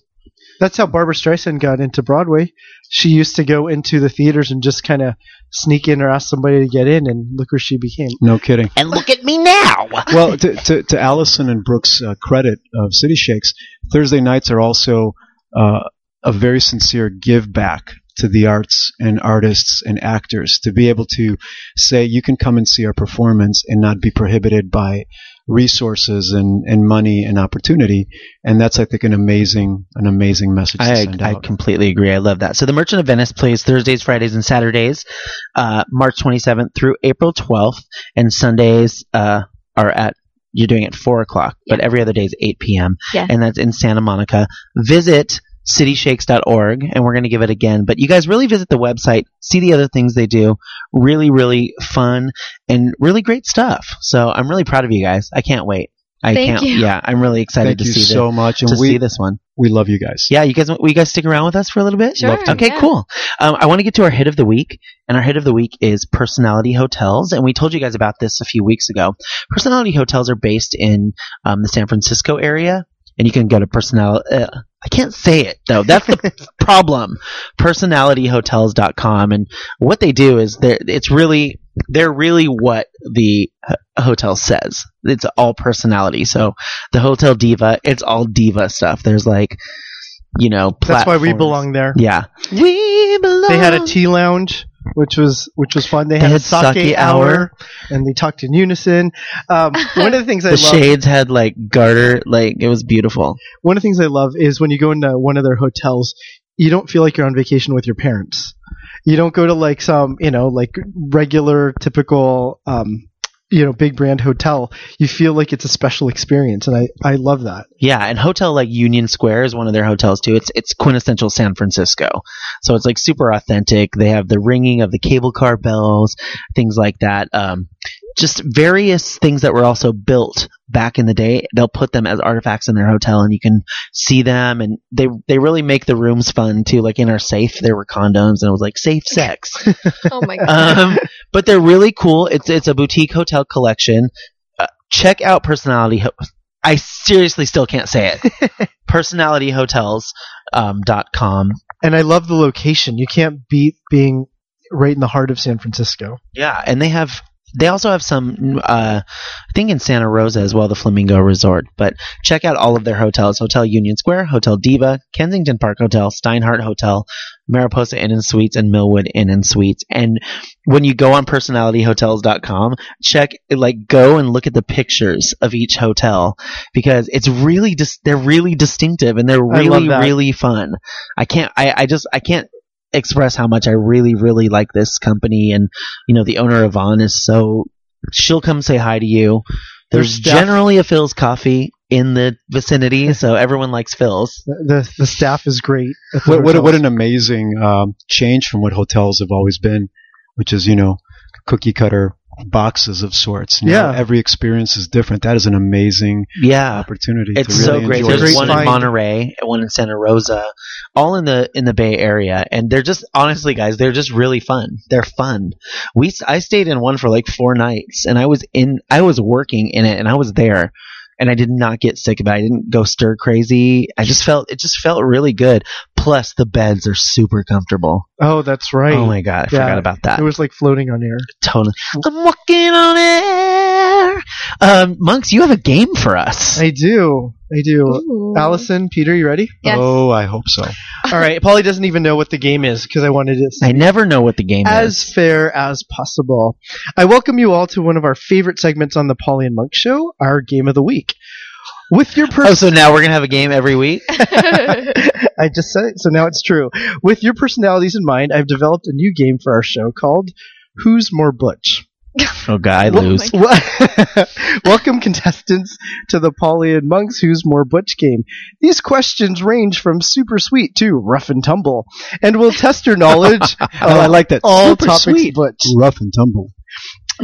That's how Barbara Streisand got into Broadway. She used to go into the theaters and just kind of sneak in or ask somebody to get in, and look where she became.
No kidding.
And look at me now.
well, to, to, to Allison and Brooks' uh, credit of City Shakes, Thursday nights are also uh, a very sincere give back to the arts and artists and actors to be able to say you can come and see our performance and not be prohibited by resources and, and money and opportunity and that's i think an amazing an amazing message to
I,
send
I
out
completely agree. I love that. So the Merchant of Venice plays Thursdays, Fridays, and Saturdays, uh, March 27th through April 12th, and Sundays uh, are at you're doing it four o'clock, but every other day is 8 p.m.
Yeah.
and that's in Santa Monica. Visit cityshakes.org and we're going to give it again but you guys really visit the website see the other things they do really really fun and really great stuff so i'm really proud of you guys i can't wait i
Thank
can't
you.
yeah i'm really excited
thank
to
you
see this
so much and
to see
we
this one
we love you guys
yeah, you guys, will you guys stick around with us for a little bit?
Sure, Love to.
Okay,
yeah.
cool. Um, I want to get to our hit of the week, and our hit of the week is personality hotels. And we told you guys about this a few weeks ago. Personality hotels are based in um, the San Francisco area, and you can go to personal. Uh, I can't say it though. That's the problem. Personalityhotels.com, and what they do is they're it's really they're really what the h- hotel says. It's all personality. So the hotel diva, it's all diva stuff. There's like, you know,
That's why we
platforms.
belong there.
Yeah, we belong.
They had a tea lounge, which was which was fun. They, had, a
had
sake,
sake
hour,
hour.
and they talked in unison. Um, one of the things I
The
love,
shades had like garter, like it was beautiful.
one of the things I love is when you go into one of their hotels, you don't feel like you're on vacation with your parents. You don't go to like some you know like regular typical um, you know big brand hotel. You feel like it's a special experience, and I I love that.
Yeah, and hotel like Union Square is one of their hotels too. It's it's quintessential San Francisco, so it's like super authentic. They have the ringing of the cable car bells, things like that. Um, just various things that were also built back in the day. They'll put them as artifacts in their hotel, and you can see them. And they they really make the rooms fun too. Like in our safe, there were condoms, and it was like safe sex
Oh my god.
um, but they're really cool. It's it's a boutique hotel collection. Uh, check out Personality. Ho- I seriously still can't say it. PersonalityHotels.com. Um, dot com.
And I love the location. You can't beat being right in the heart of San Francisco.
yeah, and they have. They also have some, uh, I think in Santa Rosa as well, the Flamingo Resort. But check out all of their hotels Hotel Union Square, Hotel Diva, Kensington Park Hotel, Steinhardt Hotel, Mariposa Inn and Suites, and Millwood Inn and Suites. And when you go on personalityhotels.com, check, like, go and look at the pictures of each hotel because it's really just, they're really distinctive and they're
I love
really,
that.
really fun. I can't, I, I just, I can't express how much I really, really like this company. And, you know, the owner, Yvonne, is so, she'll come say hi to you.
There's
There's
stuff-
generally a Phil's coffee in the vicinity, so everyone likes Phil's.
The the, the staff is great. at the
what, what, what
hotels.
an amazing um, change from what hotels have always been, which is, you know, cookie cutter boxes of sorts. You know,
Yeah.
every experience is different. That is an amazing
Yeah.
opportunity
It's
to really
so great.
enjoy
There's
Great
one in
find.
Monterey, and one in Santa Rosa, all in the in the Bay Area, and they're just honestly, guys, they're just really fun. They're fun. We I stayed in one for like four nights, and I was in I was working in it, and I was there, and I did not get sick of it. I didn't go stir crazy. I just felt it just felt really good. Plus, the beds are super comfortable.
Oh, that's right.
Oh my god, I
Yeah.
forgot about that.
It was like floating on air.
totally. I'm walking on air. Um, monks, you have a game for us.
I do. I do.
Ooh.
Allison, Peter, you ready?
Yes.
Oh, I hope so.
All right. Polly doesn't even know what the game is because I wanted it
I never know what the game is.
as fair as possible. I welcome you all to one of our favorite segments on the Polly and Monk Show, our game of the week. with your personal
Oh, so now we're gonna have a game every week.
I just said it, so now it's true. With your personalities in mind, I've developed a new game for our show called Who's More Butch?
Oh God, I
Well,
lose.
Wel- Welcome, contestants, to the Polly and Monks Who's More Butch game. These questions range from super sweet to rough and tumble, and will test your knowledge of
Oh, I like that.
all
Super
topics
sweet.
butch.
Rough and tumble.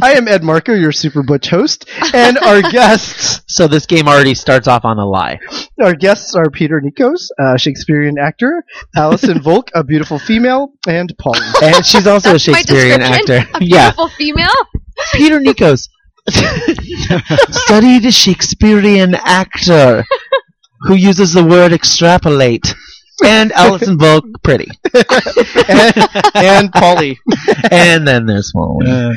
I am Ed Marco, your super butch host, and our guests
So this game already starts off on a lie.
Our guests are Peter Nikos, a Shakespearean actor, Allison Volk, a beautiful female, and Paul.
And she's also a
That's my
Shakespearean
description.
actor.
A
yeah.
beautiful female.
Peter Nikos studied Shakespearean actor who uses the word extrapolate. And Alison Volk, pretty.
and, and Polly.
And then there's one.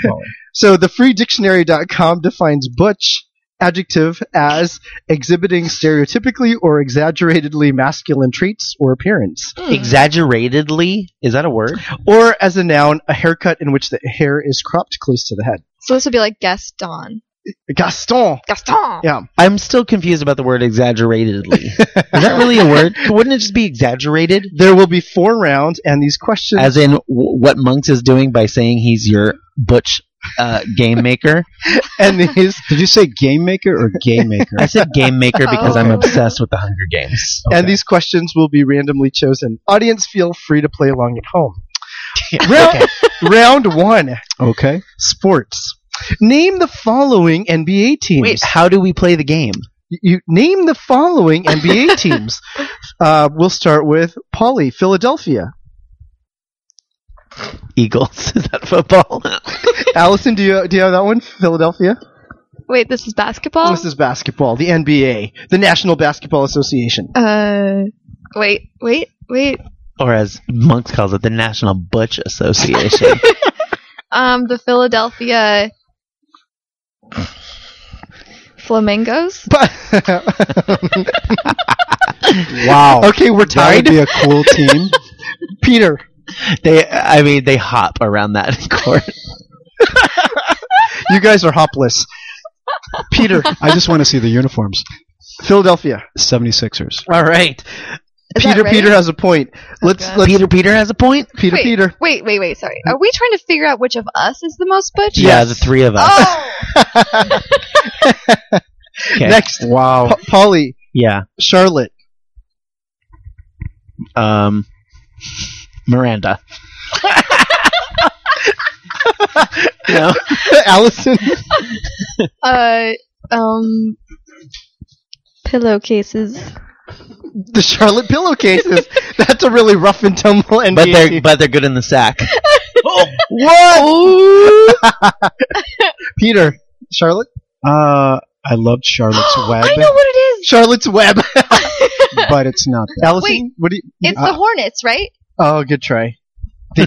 So the freedictionary.com defines butch adjective as exhibiting stereotypically or exaggeratedly masculine traits or appearance,
Hmm. Exaggeratedly? Is that a word?
or as a noun, a haircut in which the hair is cropped close to the head.
So this would be like Gaston.
Gaston.
Gaston.
Yeah.
I'm still confused about the word exaggeratedly. Is that really a word? Wouldn't it just be exaggerated?
There will be four rounds, and these questions.
As in w- what Monks is doing by saying he's your butch uh, game maker?
and these
Did you say game maker or gay maker?
I said game maker because I'm
Oh.
obsessed with the Hunger Games.
and these questions will be randomly chosen. Audience, feel free to play along at home.
Okay.
Round one,
Okay.
sports. Name the following NBA teams.
Wait, how do we play the game?
You name the following NBA teams. Uh, we'll start with Polly, Philadelphia.
Eagles. Is that football?
Allison, do you do you have that one? Philadelphia.
Wait, this is
Oh.
basketball.
This is basketball. The NBA, the National Basketball Association.
uh, wait, wait, wait.
or as Monks calls it, the National Butch Association.
Um, the Philadelphia Flamingos.
Oh, Wow.
okay, we're
That
tied.
would be a cool team.
Peter,
they, I mean, they hop around that court.
you guys are hopless. Peter,
I just want to see the uniforms.
Philadelphia.
76ers.
All right.
Is that
Peter,
right?
Peter has a point. Let's
Okay.
let's
Peter Peter has a point?
Peter,
wait,
Peter.
Wait, wait, wait. Sorry. Are we trying to figure out which of us is the most butch?
Yeah, the three of us.
Oh,
Okay.
Next,
Wow.
Pa- Polly,
Yeah.
Charlotte,
Um, Miranda. no.
Allison,
uh, um, pillowcases.
the Charlotte pillowcases. That's a really rough and tumble NBA.
But they're
team.
but they're good in the sack.
Peter, Charlotte,
Uh, I loved Charlotte's Web,
I know what it is.
Charlotte's Web.
but it's not that.
Allison,
Wait.
what do you?
It's
uh,
the Hornets, right?
oh, good try. They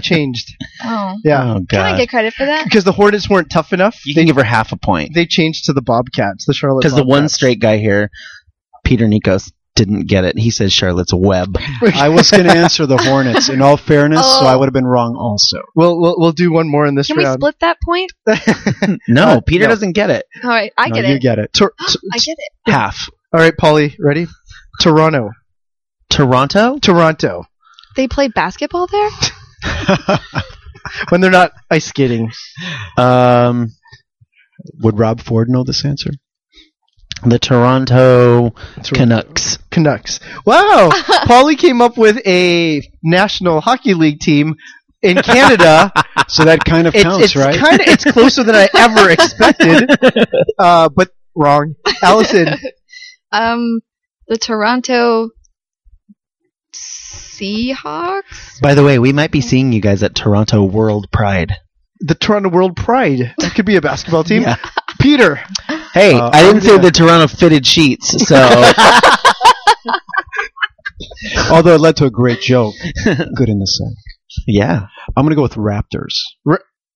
changed.
Oh,
Yeah,
Oh
can I
god.
get credit for that?
because the Hornets weren't tough enough.
You
They,
can give her half a point
they changed to the Bobcats. The Charlotte.
because the one
Bobcats.
straight guy here, Peter Nikos, didn't get it. He says Charlotte's Web.
I was going to answer the Hornets in all fairness, so
Oh.
I would have been wrong also.
We'll, we'll we'll do one more in this
Can we
round.
split that point?
No,
Uh,
Peter
no.
doesn't get it.
All right, I
No,
get
you
it.
get it.
Tor- t-
I get it.
Half.
all right, Polly, ready? Toronto,
Toronto?
Toronto.
They play basketball there.
When they're not ice skating,
Um,
Would Rob Ford know this answer?
the Toronto
Toronto.
Canucks.
Canucks. Wow. Paulie came up with a National Hockey League team in Canada.
So that kind of
it's
counts,
it's
right?
kind of it's closer than I ever expected. Uh, but wrong. Allison,
Um, the Toronto Seahawks.
By the way, we might be seeing you guys at Toronto World Pride.
the Toronto World Pride. That could be a basketball team.
Yeah.
Peter,
Hey,
Uh,
I didn't
oh,
say
yeah.
the Toronto fitted sheets, so
Although it led to a great joke. Good in the set.
yeah.
I'm going to go with Raptors.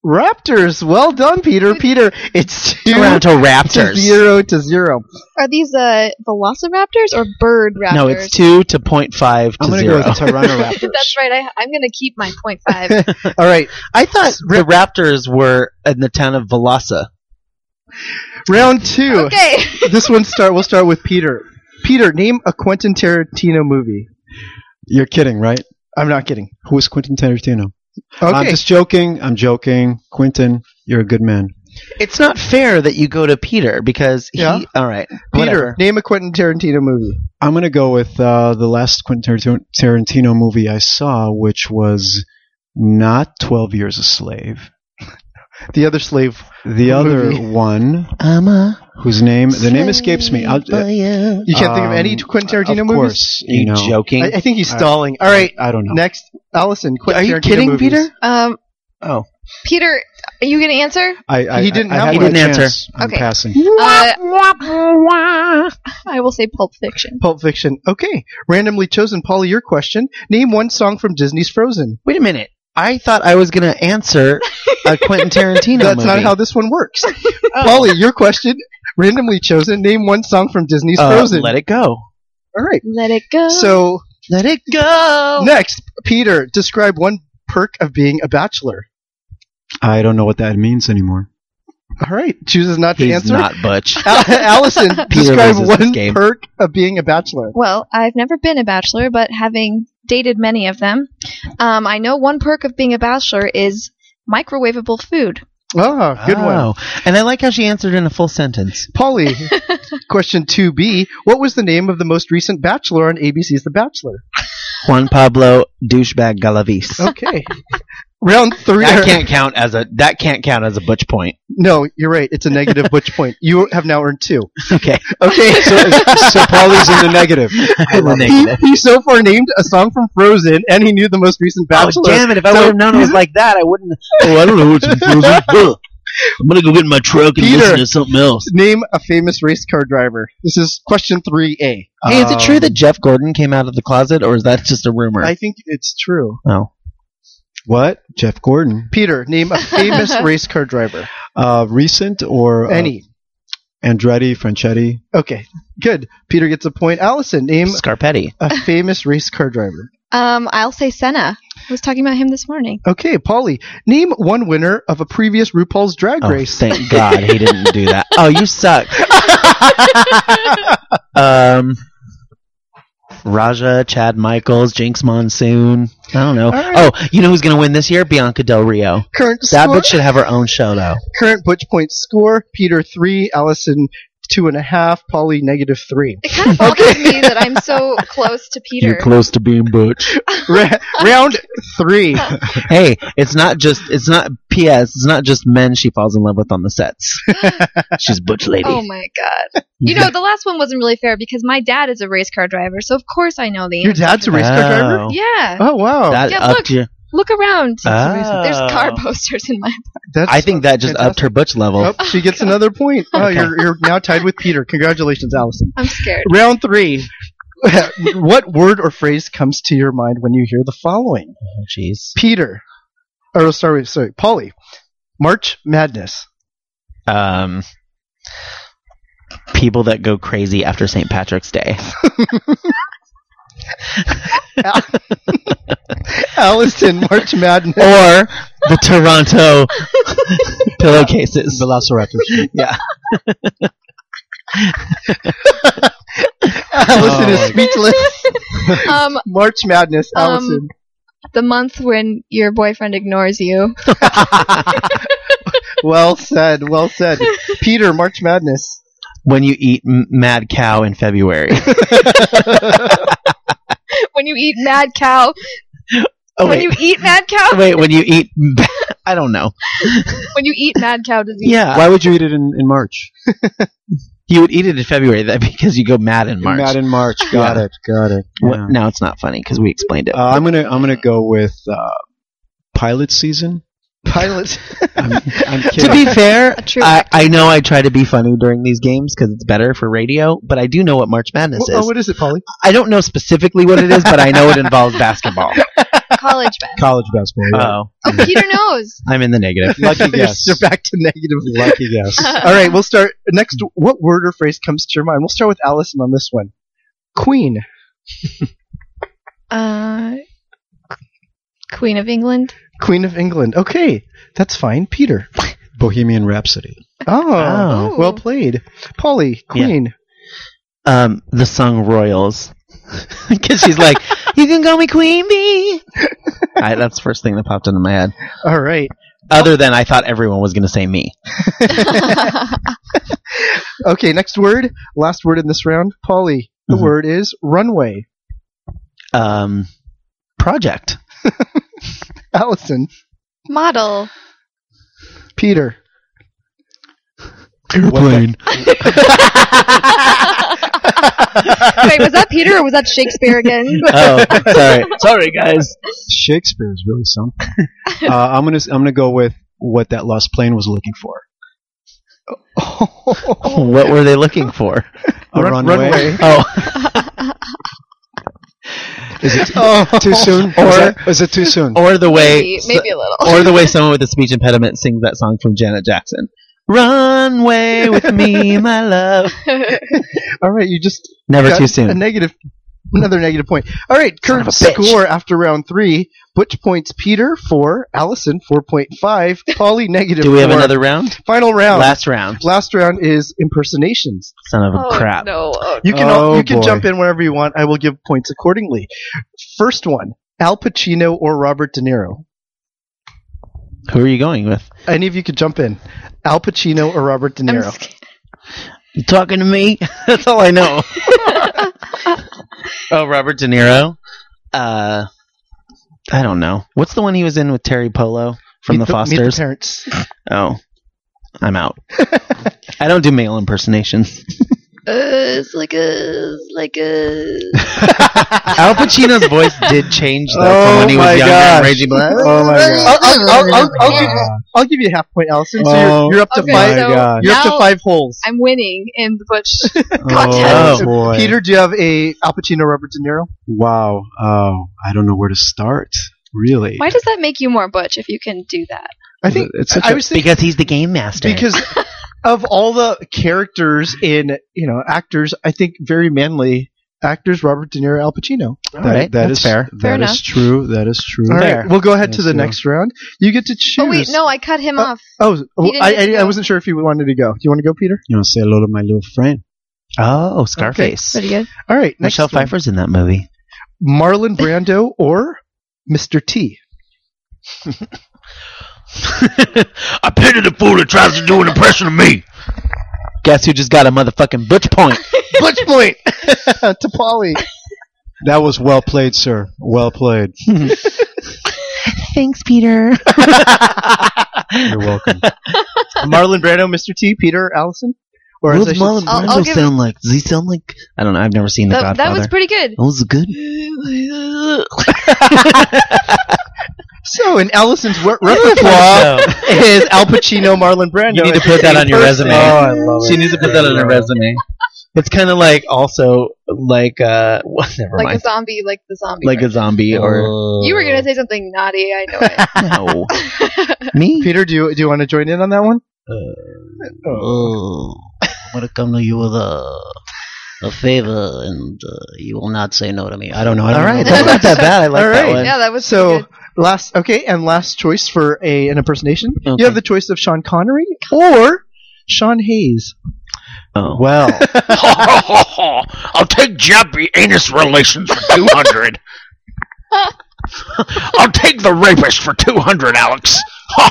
Raptors. Well done, Peter. Peter, it's two
Toronto
to
Raptors.
zero to zero.
Are these uh Velociraptors or Bird Raptors?
No, it's two to point five
I'm
to
going to
zero.
go with the Toronto Raptors.
That's right. I, I'm gonna keep my point five.
All right.
I thought the Raptors were in the town of Velasa.
Round two.
Okay.
This one start. We'll start with Peter. Peter, name a Quentin Tarantino movie.
You're kidding, right?
I'm not kidding.
Who is Quentin Tarantino? I'm
Uh,
Okay.
just joking. I'm joking. Quentin, you're a good man.
It's not fair that you go to Peter because he.
Yeah.
All right,
Peter,
whatever.
name a Quentin Tarantino movie.
I'm going to go with uh, the last Quentin Tarant- Tarantino movie I saw, which was not 12 Years a Slave.
The other slave.
The other
movie.
one,
I'm a
whose name, the name escapes me. I'll,
slave for you.
You can't think of any
Um,
Quentin Tarantino
of
movies.
course,
Are you
you know.
joking?
I, I think he's
I-
stalling. All right,
I don't know.
next, Allison. Quentin
Uh, Are you
Tarantino
kidding,
movies.
Peter?
Um,
Oh.
Peter, are you gonna answer?
I, I,
He didn't
I, I
have
had
one.
my
He didn't
chance. I'm
Okay.
passing.
Uh, I will say Pulp Fiction.
Pulp Fiction. Okay, randomly chosen. Paula, your question. Name one song from Disney's Frozen.
Wait a minute. I thought I was gonna answer a Quentin Tarantino.
That's
movie. Oh.
not how this one works. Paula, your question. Randomly chosen. Name one song from Disney's
Uh,
Frozen.
Let it go.
All right.
Let it go.
So
Let it go.
next, Peter, describe one perk of being a bachelor.
I don't know what that means anymore.
All right, chooses not to
He's
answer.
not Butch.
Al- Uh, Allison,
Peter
describe
loses this
one
game.
perk of being a bachelor.
well, I've never been a bachelor, but having dated many of them, um, I know one perk of being a bachelor is microwavable food.
Oh, good one.
Wow. And I like how she answered in a full sentence.
Polly, question 2B. What was the name of the most recent bachelor on ABC's The Bachelor?
Juan Pablo douchebag Galavis.
Okay. Round three.
That can't count as a that can't count as a Butch point.
No, you're right. It's a negative butch point. You have now earned two.
Okay.
Okay.
So, so Paulie's in the negative.
he, he so far named a song from Frozen, and he knew the most recent bachelor.
Oh, damn it! If I
So-
would have known it was like that, I wouldn't.
Oh, I don't know what's in frozen. Ugh. I'm gonna go get in my truck and
Peter.
listen to something else.
Name a famous race car driver. This is question 3A.
Hey, is it
Um,
true that Jeff Gordon came out of the closet, or is that just a rumor?
I think it's true.
oh,
What? Jeff Gordon.
Peter, name a famous race car driver.
Uh, recent or uh,
Any.
Andretti, Franchetti?
Okay, good. Peter gets a point. Allison, name
Scarpetti.
a famous race car driver.
Um, I'll say Senna. I was talking about him this morning.
Okay, Polly, name one winner of a previous RuPaul's Drag
Oh,
Race.
thank God he didn't do that. Oh, you suck. um, Raja, Chad Michaels, Jinx Monsoon. I don't know.
All right.
Oh, you know who's going to win this year? Bianca Del Rio.
Current
That
score.
bitch should have her own show, though.
Current Butch point score. Peter three. Allison two and a half. Polly negative three.
It kind of bothers me that I'm so close to Peter.
close to being Butch.
Ra- round three.
Hey, it's not just it's not PS. It's not just men she falls in love with on the sets.
She's Butch lady.
Oh my god! You know the last one wasn't really fair because my dad is a race car driver, so of course I know the
Your
answer
dad's
to
a race car driver.
Oh.
that. Yeah,
Oh Ah. wow,
That
Yeah,
upped
look.
your-
look around.
Oh.
There's car posters in my.
That's
I think that just upped
fantastic.
her butch level.
Oh, she gets another point. Oh,
Okay.
you're you're now tied with Peter. Congratulations, Allison.
I'm scared.
Round three. what word or phrase comes to your mind when you hear the following?
Jeez.
Peter. Or sorry, sorry, Polly. March Madness.
um, people that go crazy after St. Patrick's Day.
Allison, March Madness.
or the Toronto pillowcases. Velociraptors. Yeah.
Allison is
Oh my-
speechless.
Um,
March Madness,
Um,
Allison.
the month when your boyfriend ignores you.
well said, well said. Peter, March Madness.
when you eat m- mad cow in February.
When you eat mad cow.
Oh
when
wait,
you eat mad cow.
wait, when you eat I don't know.
When you eat mad cow disease.
Yeah.
Why would you eat it in, in March?
You would eat it in February that because you go mad in March.
Not in March. Got
Yeah.
it. Got it.
What-
Yeah.
No, it's not funny because we explained it.
Uh, I'm gonna I'm gonna go with uh, pilot season.
Pilot.
I'm, I'm
to
kidding.
be fair,
A true
I, I know I try to be funny during these games because it's better for radio, but I do know what March Madness
Wh- oh,
is.
what is it, Polly?
I don't know specifically what it is, but I know it involves basketball.
college bad.
college basketball. yeah.
Oh,
Oh, Peter knows.
I'm in the negative.
Lucky
You're-
guess.
You're back to negative.
Lucky guess.
All right, we'll start next. What word or phrase comes to your mind? We'll start with Allison on this one. Queen.
Uh, Queen of England.
Queen of England. Okay, that's fine. Peter.
Bohemian Rhapsody.
Oh,
Oh.
well played, Polly Queen.
um, the song Royals. Because she's like, you can call me Queen Bee. I, that's the first thing that popped into my head.
All right,
Other than I thought everyone was going to say me.
okay. Next word, last word in this round, Polly. The
Mhm.
word is runway.
Um, project.
Allison,
Model.
Peter.
Airplane.
Wait, was that Peter or was that Shakespeare again?
Oh, sorry.
Sorry, guys.
Shakespeare is really something. uh, I'm gonna I'm gonna go with what that lost plane was looking for.
Oh, What were they looking for?
A
Run-
runway.
runway.
Oh,
Is it
oh,
too soon?
Or-
is, that, is it too soon?
or the way,
maybe, maybe a little.
or the way someone with a speech impediment sings that song from Janet Jackson. Runway with me, my love.
All right, you just
Never
got
too
A
son
negative, another negative point. All right, current
Son of a bitch.
score after round three: Butch points Peter four, Allison four point five, Polly negative.
Do we have
four.
another round?
final round?
Last round.
Last round is impersonations.
Son of a
Oh,
crap.
No. Oh,
You can
Oh,
all, you can
boy.
jump in whenever you want. I will give points accordingly. First one: Al Pacino or Robert De Niro.
Who are you going with?
Any of you could jump in. Al Pacino or Robert De
I'm
Niro.
scared.
You talking to me? That's all I know. oh, Robert De Niro. Uh, I don't know. What's the one he was in with Terry Polo from
Meet
the
meet
Fosters?
parents.
oh, I'm out. I don't do male impersonations.
Uh, it's like a, it's like a.
Al Pacino's voice did change though from
Oh
when he
my
was younger.
gosh.
And Raging Blood.
Oh my god! I'll, I'll- I'll- I'll give, I'll give you a half point, Allison. So
Oh,
you're, you're up to
Okay,
five.
so
God.
You're up to
now
five holes.
I'm winning in the Butch.
Oh,
So,
boy.
Peter, do you have a Al Pacino, Robert De Niro?
Wow. Oh, I don't know where to start. Really.
Why does that make you more Butch if you can do that?
I think
it's such
I
a-
was thinking
Because he's the game master.
because of all the characters in you know actors, I think very manly actors Robert De Niro, Al Pacino.
that,
Alright,
that
that's
is
fair.
That
Fair
is
enough.
true. That is true.
All
Fair.
right, we'll go ahead to
Yes,
the
yeah.
next round. You get to choose.
Oh wait, no, I cut him
Uh,
off.
Oh, well,
didn't get to
I, I, I
go.
wasn't sure if you wanted to go. Do you want to go, Peter?
You know, say hello to my little friend.
oh, Scarface.
Pretty good.
All right, next
Michelle
one.
Pfeiffer's in that movie.
Marlon Brando or Mr. T.
I pity the fool that tries to do an impression of me.
Guess who just got a motherfucking butch point?
Butch point to Polly.
That was well played, sir. Well played.
Thanks, Peter.
You're welcome.
Marlon Brando, Mr. T, Peter, Allison. Or
What
as I
does
should
Marlon
say-
I'll-
Brando
I'll give-
sound like? Does he sound like? I don't know. I've never seen The
That, that
Godfather.
was pretty good.
that was good.
So, in Allison's wor- repertoire is Al Pacino, Marlon Brando.
you need to
It's
put that
the
on your
same
resume.
person.
She needs to put that on her resume. It's kind of like also like uh well, never
Like a
mind.
zombie, like the zombie.
like a zombie or
you were gonna say something naughty. I know
Uh,
no
it.
me.
Peter, do you do you want to join in on that one?
Oh, I'm gonna come to you with a a favor, and uh, you will not say no to me. I don't know. I don't
All right,
know.
that's not that bad. I like
All
that
right.
one.
yeah, that was
so
pretty
last okay, and last choice for a an impersonation.
Okay.
You have the choice of Sean Connery or Sean Hayes.
Oh.
Well,
I'll take Jappy anus relations for 200. I'll take the rapist for 200, Alex.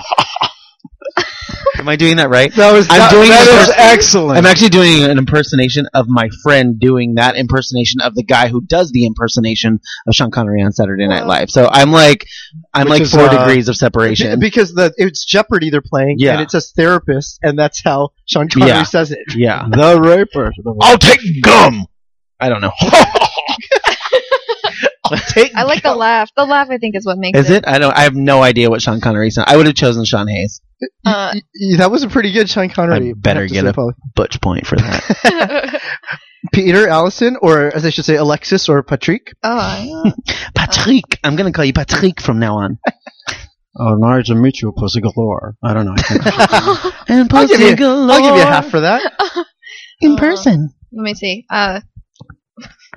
Am I doing that right?
That was
I'm doing
that
this-
is excellent.
I'm actually doing an impersonation of my friend doing that impersonation of the guy who does the impersonation of Sean Connery on Saturday Night
Wow.
Live. So I'm like, I'm
Which
like
is,
four
uh,
degrees of separation.
because the it's Jeopardy they're playing,
Yeah.
and it says therapist, and that's how Sean Connery
Yeah.
says it.
yeah,
the raper.
I'll take gum.
I don't know.
good. I like the laugh. The laugh, I think, is what makes
Is it? I don't. I have no idea what Sean Connery sounds. I would have chosen Sean Hayes.
Uh,
Y- That was a pretty good Sean Connery.
I better
have to
get
say,
a-
Polly.
Butch point for that.
Peter Allison, or as I should say, Alexis or Patrick.
oh,
Patrick. I'm gonna call you Patrick from now on.
Oh, nice to meet you, Pussy Galore. I don't know. I can't-
And
I'll give you-
Patrick galore
I'll give you a half for that.
Uh,
in person.
let me see. Uh,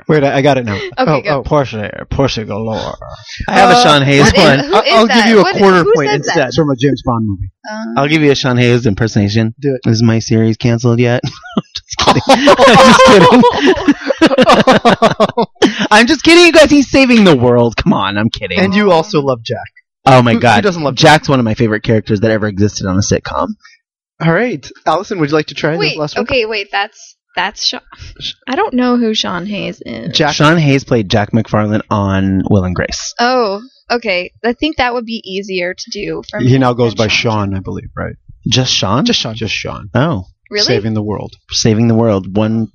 Wait, I, I got it now.
Okay, good.
oh,
Porsche, Porsche galore.
I have a Sean Hayes
What is-
one.
who
I'll-
is
I'll
that?
give you a
What-
quarter
who
point
says that?
instead.
It's from a James Bond movie.
Um,
I'll give you a Sean Hayes impersonation.
Do it.
Is my series canceled yet? I'm just kidding. I'm just kidding. I'm just kidding, you guys. He's saving the world. Come on, I'm kidding.
And you also love Jack.
oh my
who- who
god,
doesn't love
Jack's one of my favorite characters that ever existed on a sitcom.
All right, Allison, would you like to try this
Um, wait,
last one?
okay, wait. That's that's Sean. I don't know who Sean Hayes is.
Jack.
Sean Hayes played Jack McFarlane on Will and Grace.
oh, okay. I think that would be easier to do. For me
He now goes
than
by Sean, I believe, right?
Just Sean?
Just Sean.
Just Sean.
oh,
Really?
Saving the world.
saving the world one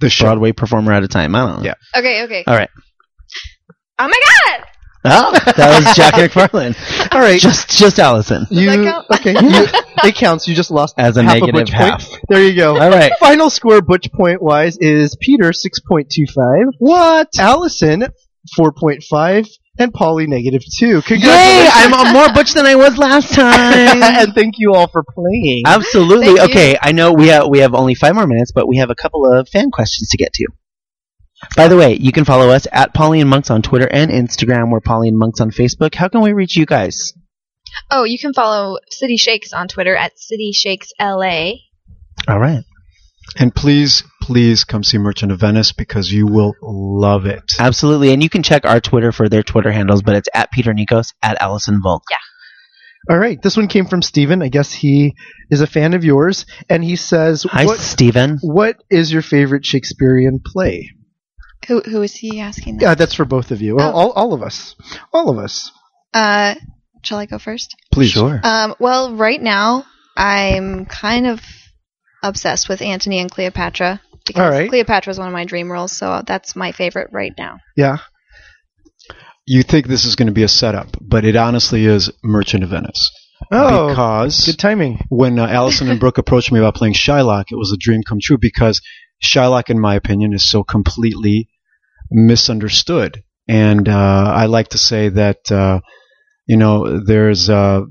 The show.
Broadway performer at a time. I don't know.
Yeah.
Okay, okay.
All right.
Oh my God!
Oh, that was Jack McFarlane.
All right.
Just, just Allison
that
you
count?
okay? you- it counts. You just lost
as a
half a
negative
butch
half.
point. There you go.
All right.
Final score, butch point wise, is Peter six point two five. What? Allison four point five, and Polly negative two.
Yay!
Congratulations!
I'm uh, more butch than I was last time.
and thank you all for playing.
Absolutely.
Thank you.
Okay, I know we have we have only five more minutes, but we have a couple of fan questions to get to. By the way, you can follow us at Polly and Monks on Twitter and Instagram. We're Polly and Monks on Facebook. How can we reach you guys?
Oh, you can follow City Shakes on Twitter at City Shakes LA.
All right.
And please, please come see Merchant of Venice because you will love it.
Absolutely. And you can check our Twitter for their Twitter handles, but it's at Peter Nikos, at Allison Volk.
All right, this one came from Steven. I guess he is a fan of yours, and he says,
Hi,
what,
Steven.
"What is your favorite Shakespearean play?"
Who who is he asking
Yeah, that's for both of you.
Oh.
Well, all, all of us. All of us.
Uh, shall I go first?
Please.
Sure.
Um, well, right now I'm kind of obsessed with Antony and Cleopatra because
All right.
Cleopatra is one of my dream roles, so that's my favorite right now.
Yeah.
You think this is going to be a setup, but it honestly is Merchant of Venice.
Oh,
because
good timing.
when uh, Allison and Brooke approached me about playing Shylock, it was a dream come true because Shylock, in my opinion, is so completely misunderstood. And uh, I like to say that uh, you know there's uh,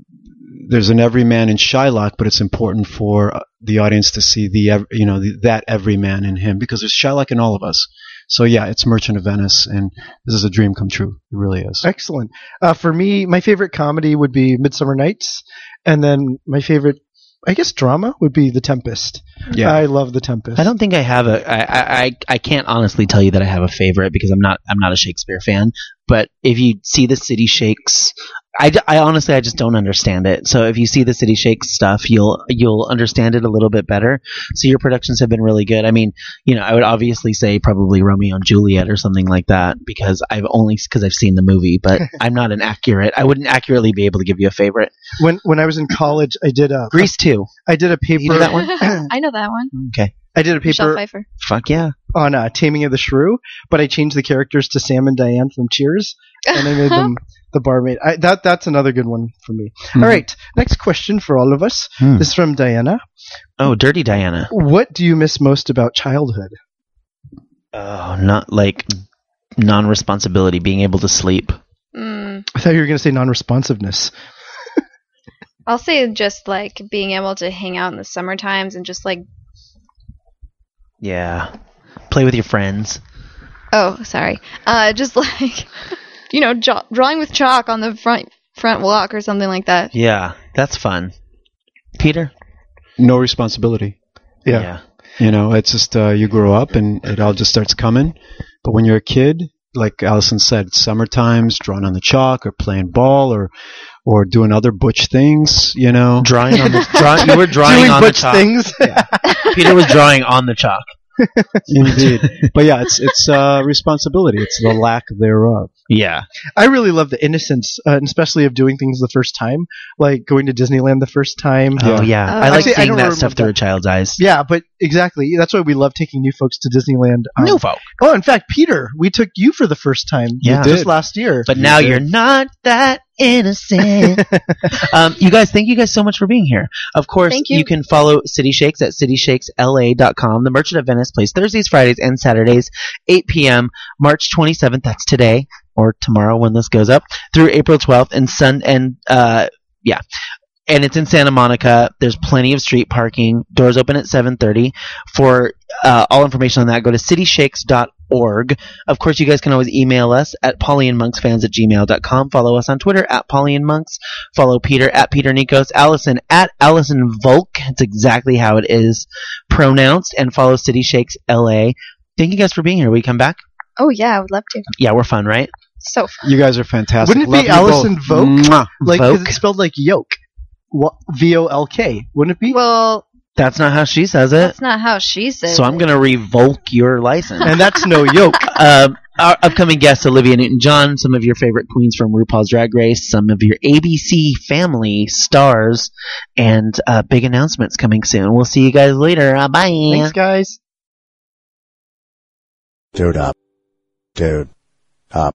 there's an everyman in Shylock, but it's important for uh, the audience to see the ev- you know the, that everyman in him because there's Shylock in all of us. So yeah, it's Merchant of Venice, and this is a dream come true. It really is.
Excellent. Uh, for me, my favorite comedy would be Midsummer Nights, and then my favorite, I guess, drama would be The Tempest.
Yeah.
I love The Tempest.
I don't think I have a. I, I I- I can't honestly tell you that I have a favorite because I'm not. I'm not a Shakespeare fan. But if you see the city shakes, I, d- I honestly I just don't understand it. So if you see the city shakes stuff, you'll you'll understand it a little bit better. So your productions have been really good. I mean, you know, I would obviously say probably Romeo and Juliet or something like that because I've only because I've seen the movie, but I'm not an accurate. I wouldn't accurately be able to give you a favorite.
When when I was in college, I did a
Grease too.
I did a
You know
paper
that one?
I know that one.
Okay.
I did a
Michelle
paper
Pfeiffer.
Fuck yeah.
on uh, Taming of the Shrew, but I changed the characters to Sam and Diane from Cheers, and I made them the barmaid. I, that that's another good one for me. All
Mhm.
right, next question for all of us.
Hmm.
This is from Diana.
Oh, Dirty Diana.
What do you miss most about childhood?
Oh, not like non-responsibility, being able to sleep.
Mm,
I thought you were going to say non-responsiveness.
I'll say just like being able to hang out in the summer times and just like
Yeah. Play with your friends.
Oh, sorry. Uh, just like you know, jo- drawing with chalk on the front front walk or something like that.
Yeah, that's fun. Peter?
No responsibility.
Yeah.
You know, it's just uh, you grow up and it all just starts coming. But when you're a kid, like Allison said, summer times, drawing on the chalk or playing ball or or doing other butch things, you know.
Drawing on the draw, you were drawing
Doing
on
butch
the chalk.
things.
Peter was drawing on the chalk.
Indeed. but yeah, it's it's uh, responsibility. It's the lack thereof.
Yeah.
I really love the innocence, uh, and especially of doing things the first time, like going to Disneyland the first time.
Oh yeah.
Oh.
I like
Actually, I
seeing
don't
that stuff
remember
through
that.
a child's eyes.
Yeah, but exactly. That's why we love taking new folks to Disneyland. Um,
New folk.
Oh, in fact, Peter, we took you for the first time
Yeah.
just
did.
last year.
But now you're not that innocent. um, you guys, thank you guys so much for being here. Of course,
Thank you.
can follow City Shakes at cityshakesla.com. The Merchant of Venice plays Thursdays, Fridays, and Saturdays, 8 p.m., March 27th. That's today or tomorrow when this goes up through April 12th and Sun and uh, yeah. And it's in Santa Monica. There's plenty of street parking. Doors open at 7:30. For uh, all information on that, go to cityshakes.org org. Of course, you guys can always email us at polyandmonksfans at gmail.com. Follow us on Twitter at polyandmonks. Follow Peter at Peter Nikos, Allison at Allison Volk. It's exactly how it is pronounced. And follow City Shakes LA. Thank you guys for being here. Will you come back?
Oh yeah, I would love to.
Yeah, we're fun, right?
So fun.
You guys are fantastic.
Wouldn't it be
Love you
Allison
both.
Volk?
Mwah.
Like 'cause
Volk?
it's spelled like yoke, V O L K. Wouldn't it be?
Well,
That's not how she says it.
that's not how she said.
Uh, So I'm going to revoke your license.
and that's no yoke.
um, our upcoming guests, Olivia Newton-John, some of your favorite queens from RuPaul's Drag Race, some of your ABC family stars, and uh, big announcements coming soon. We'll see you guys later. Uh, bye.
Thanks, guys.
Dude up. Dude up.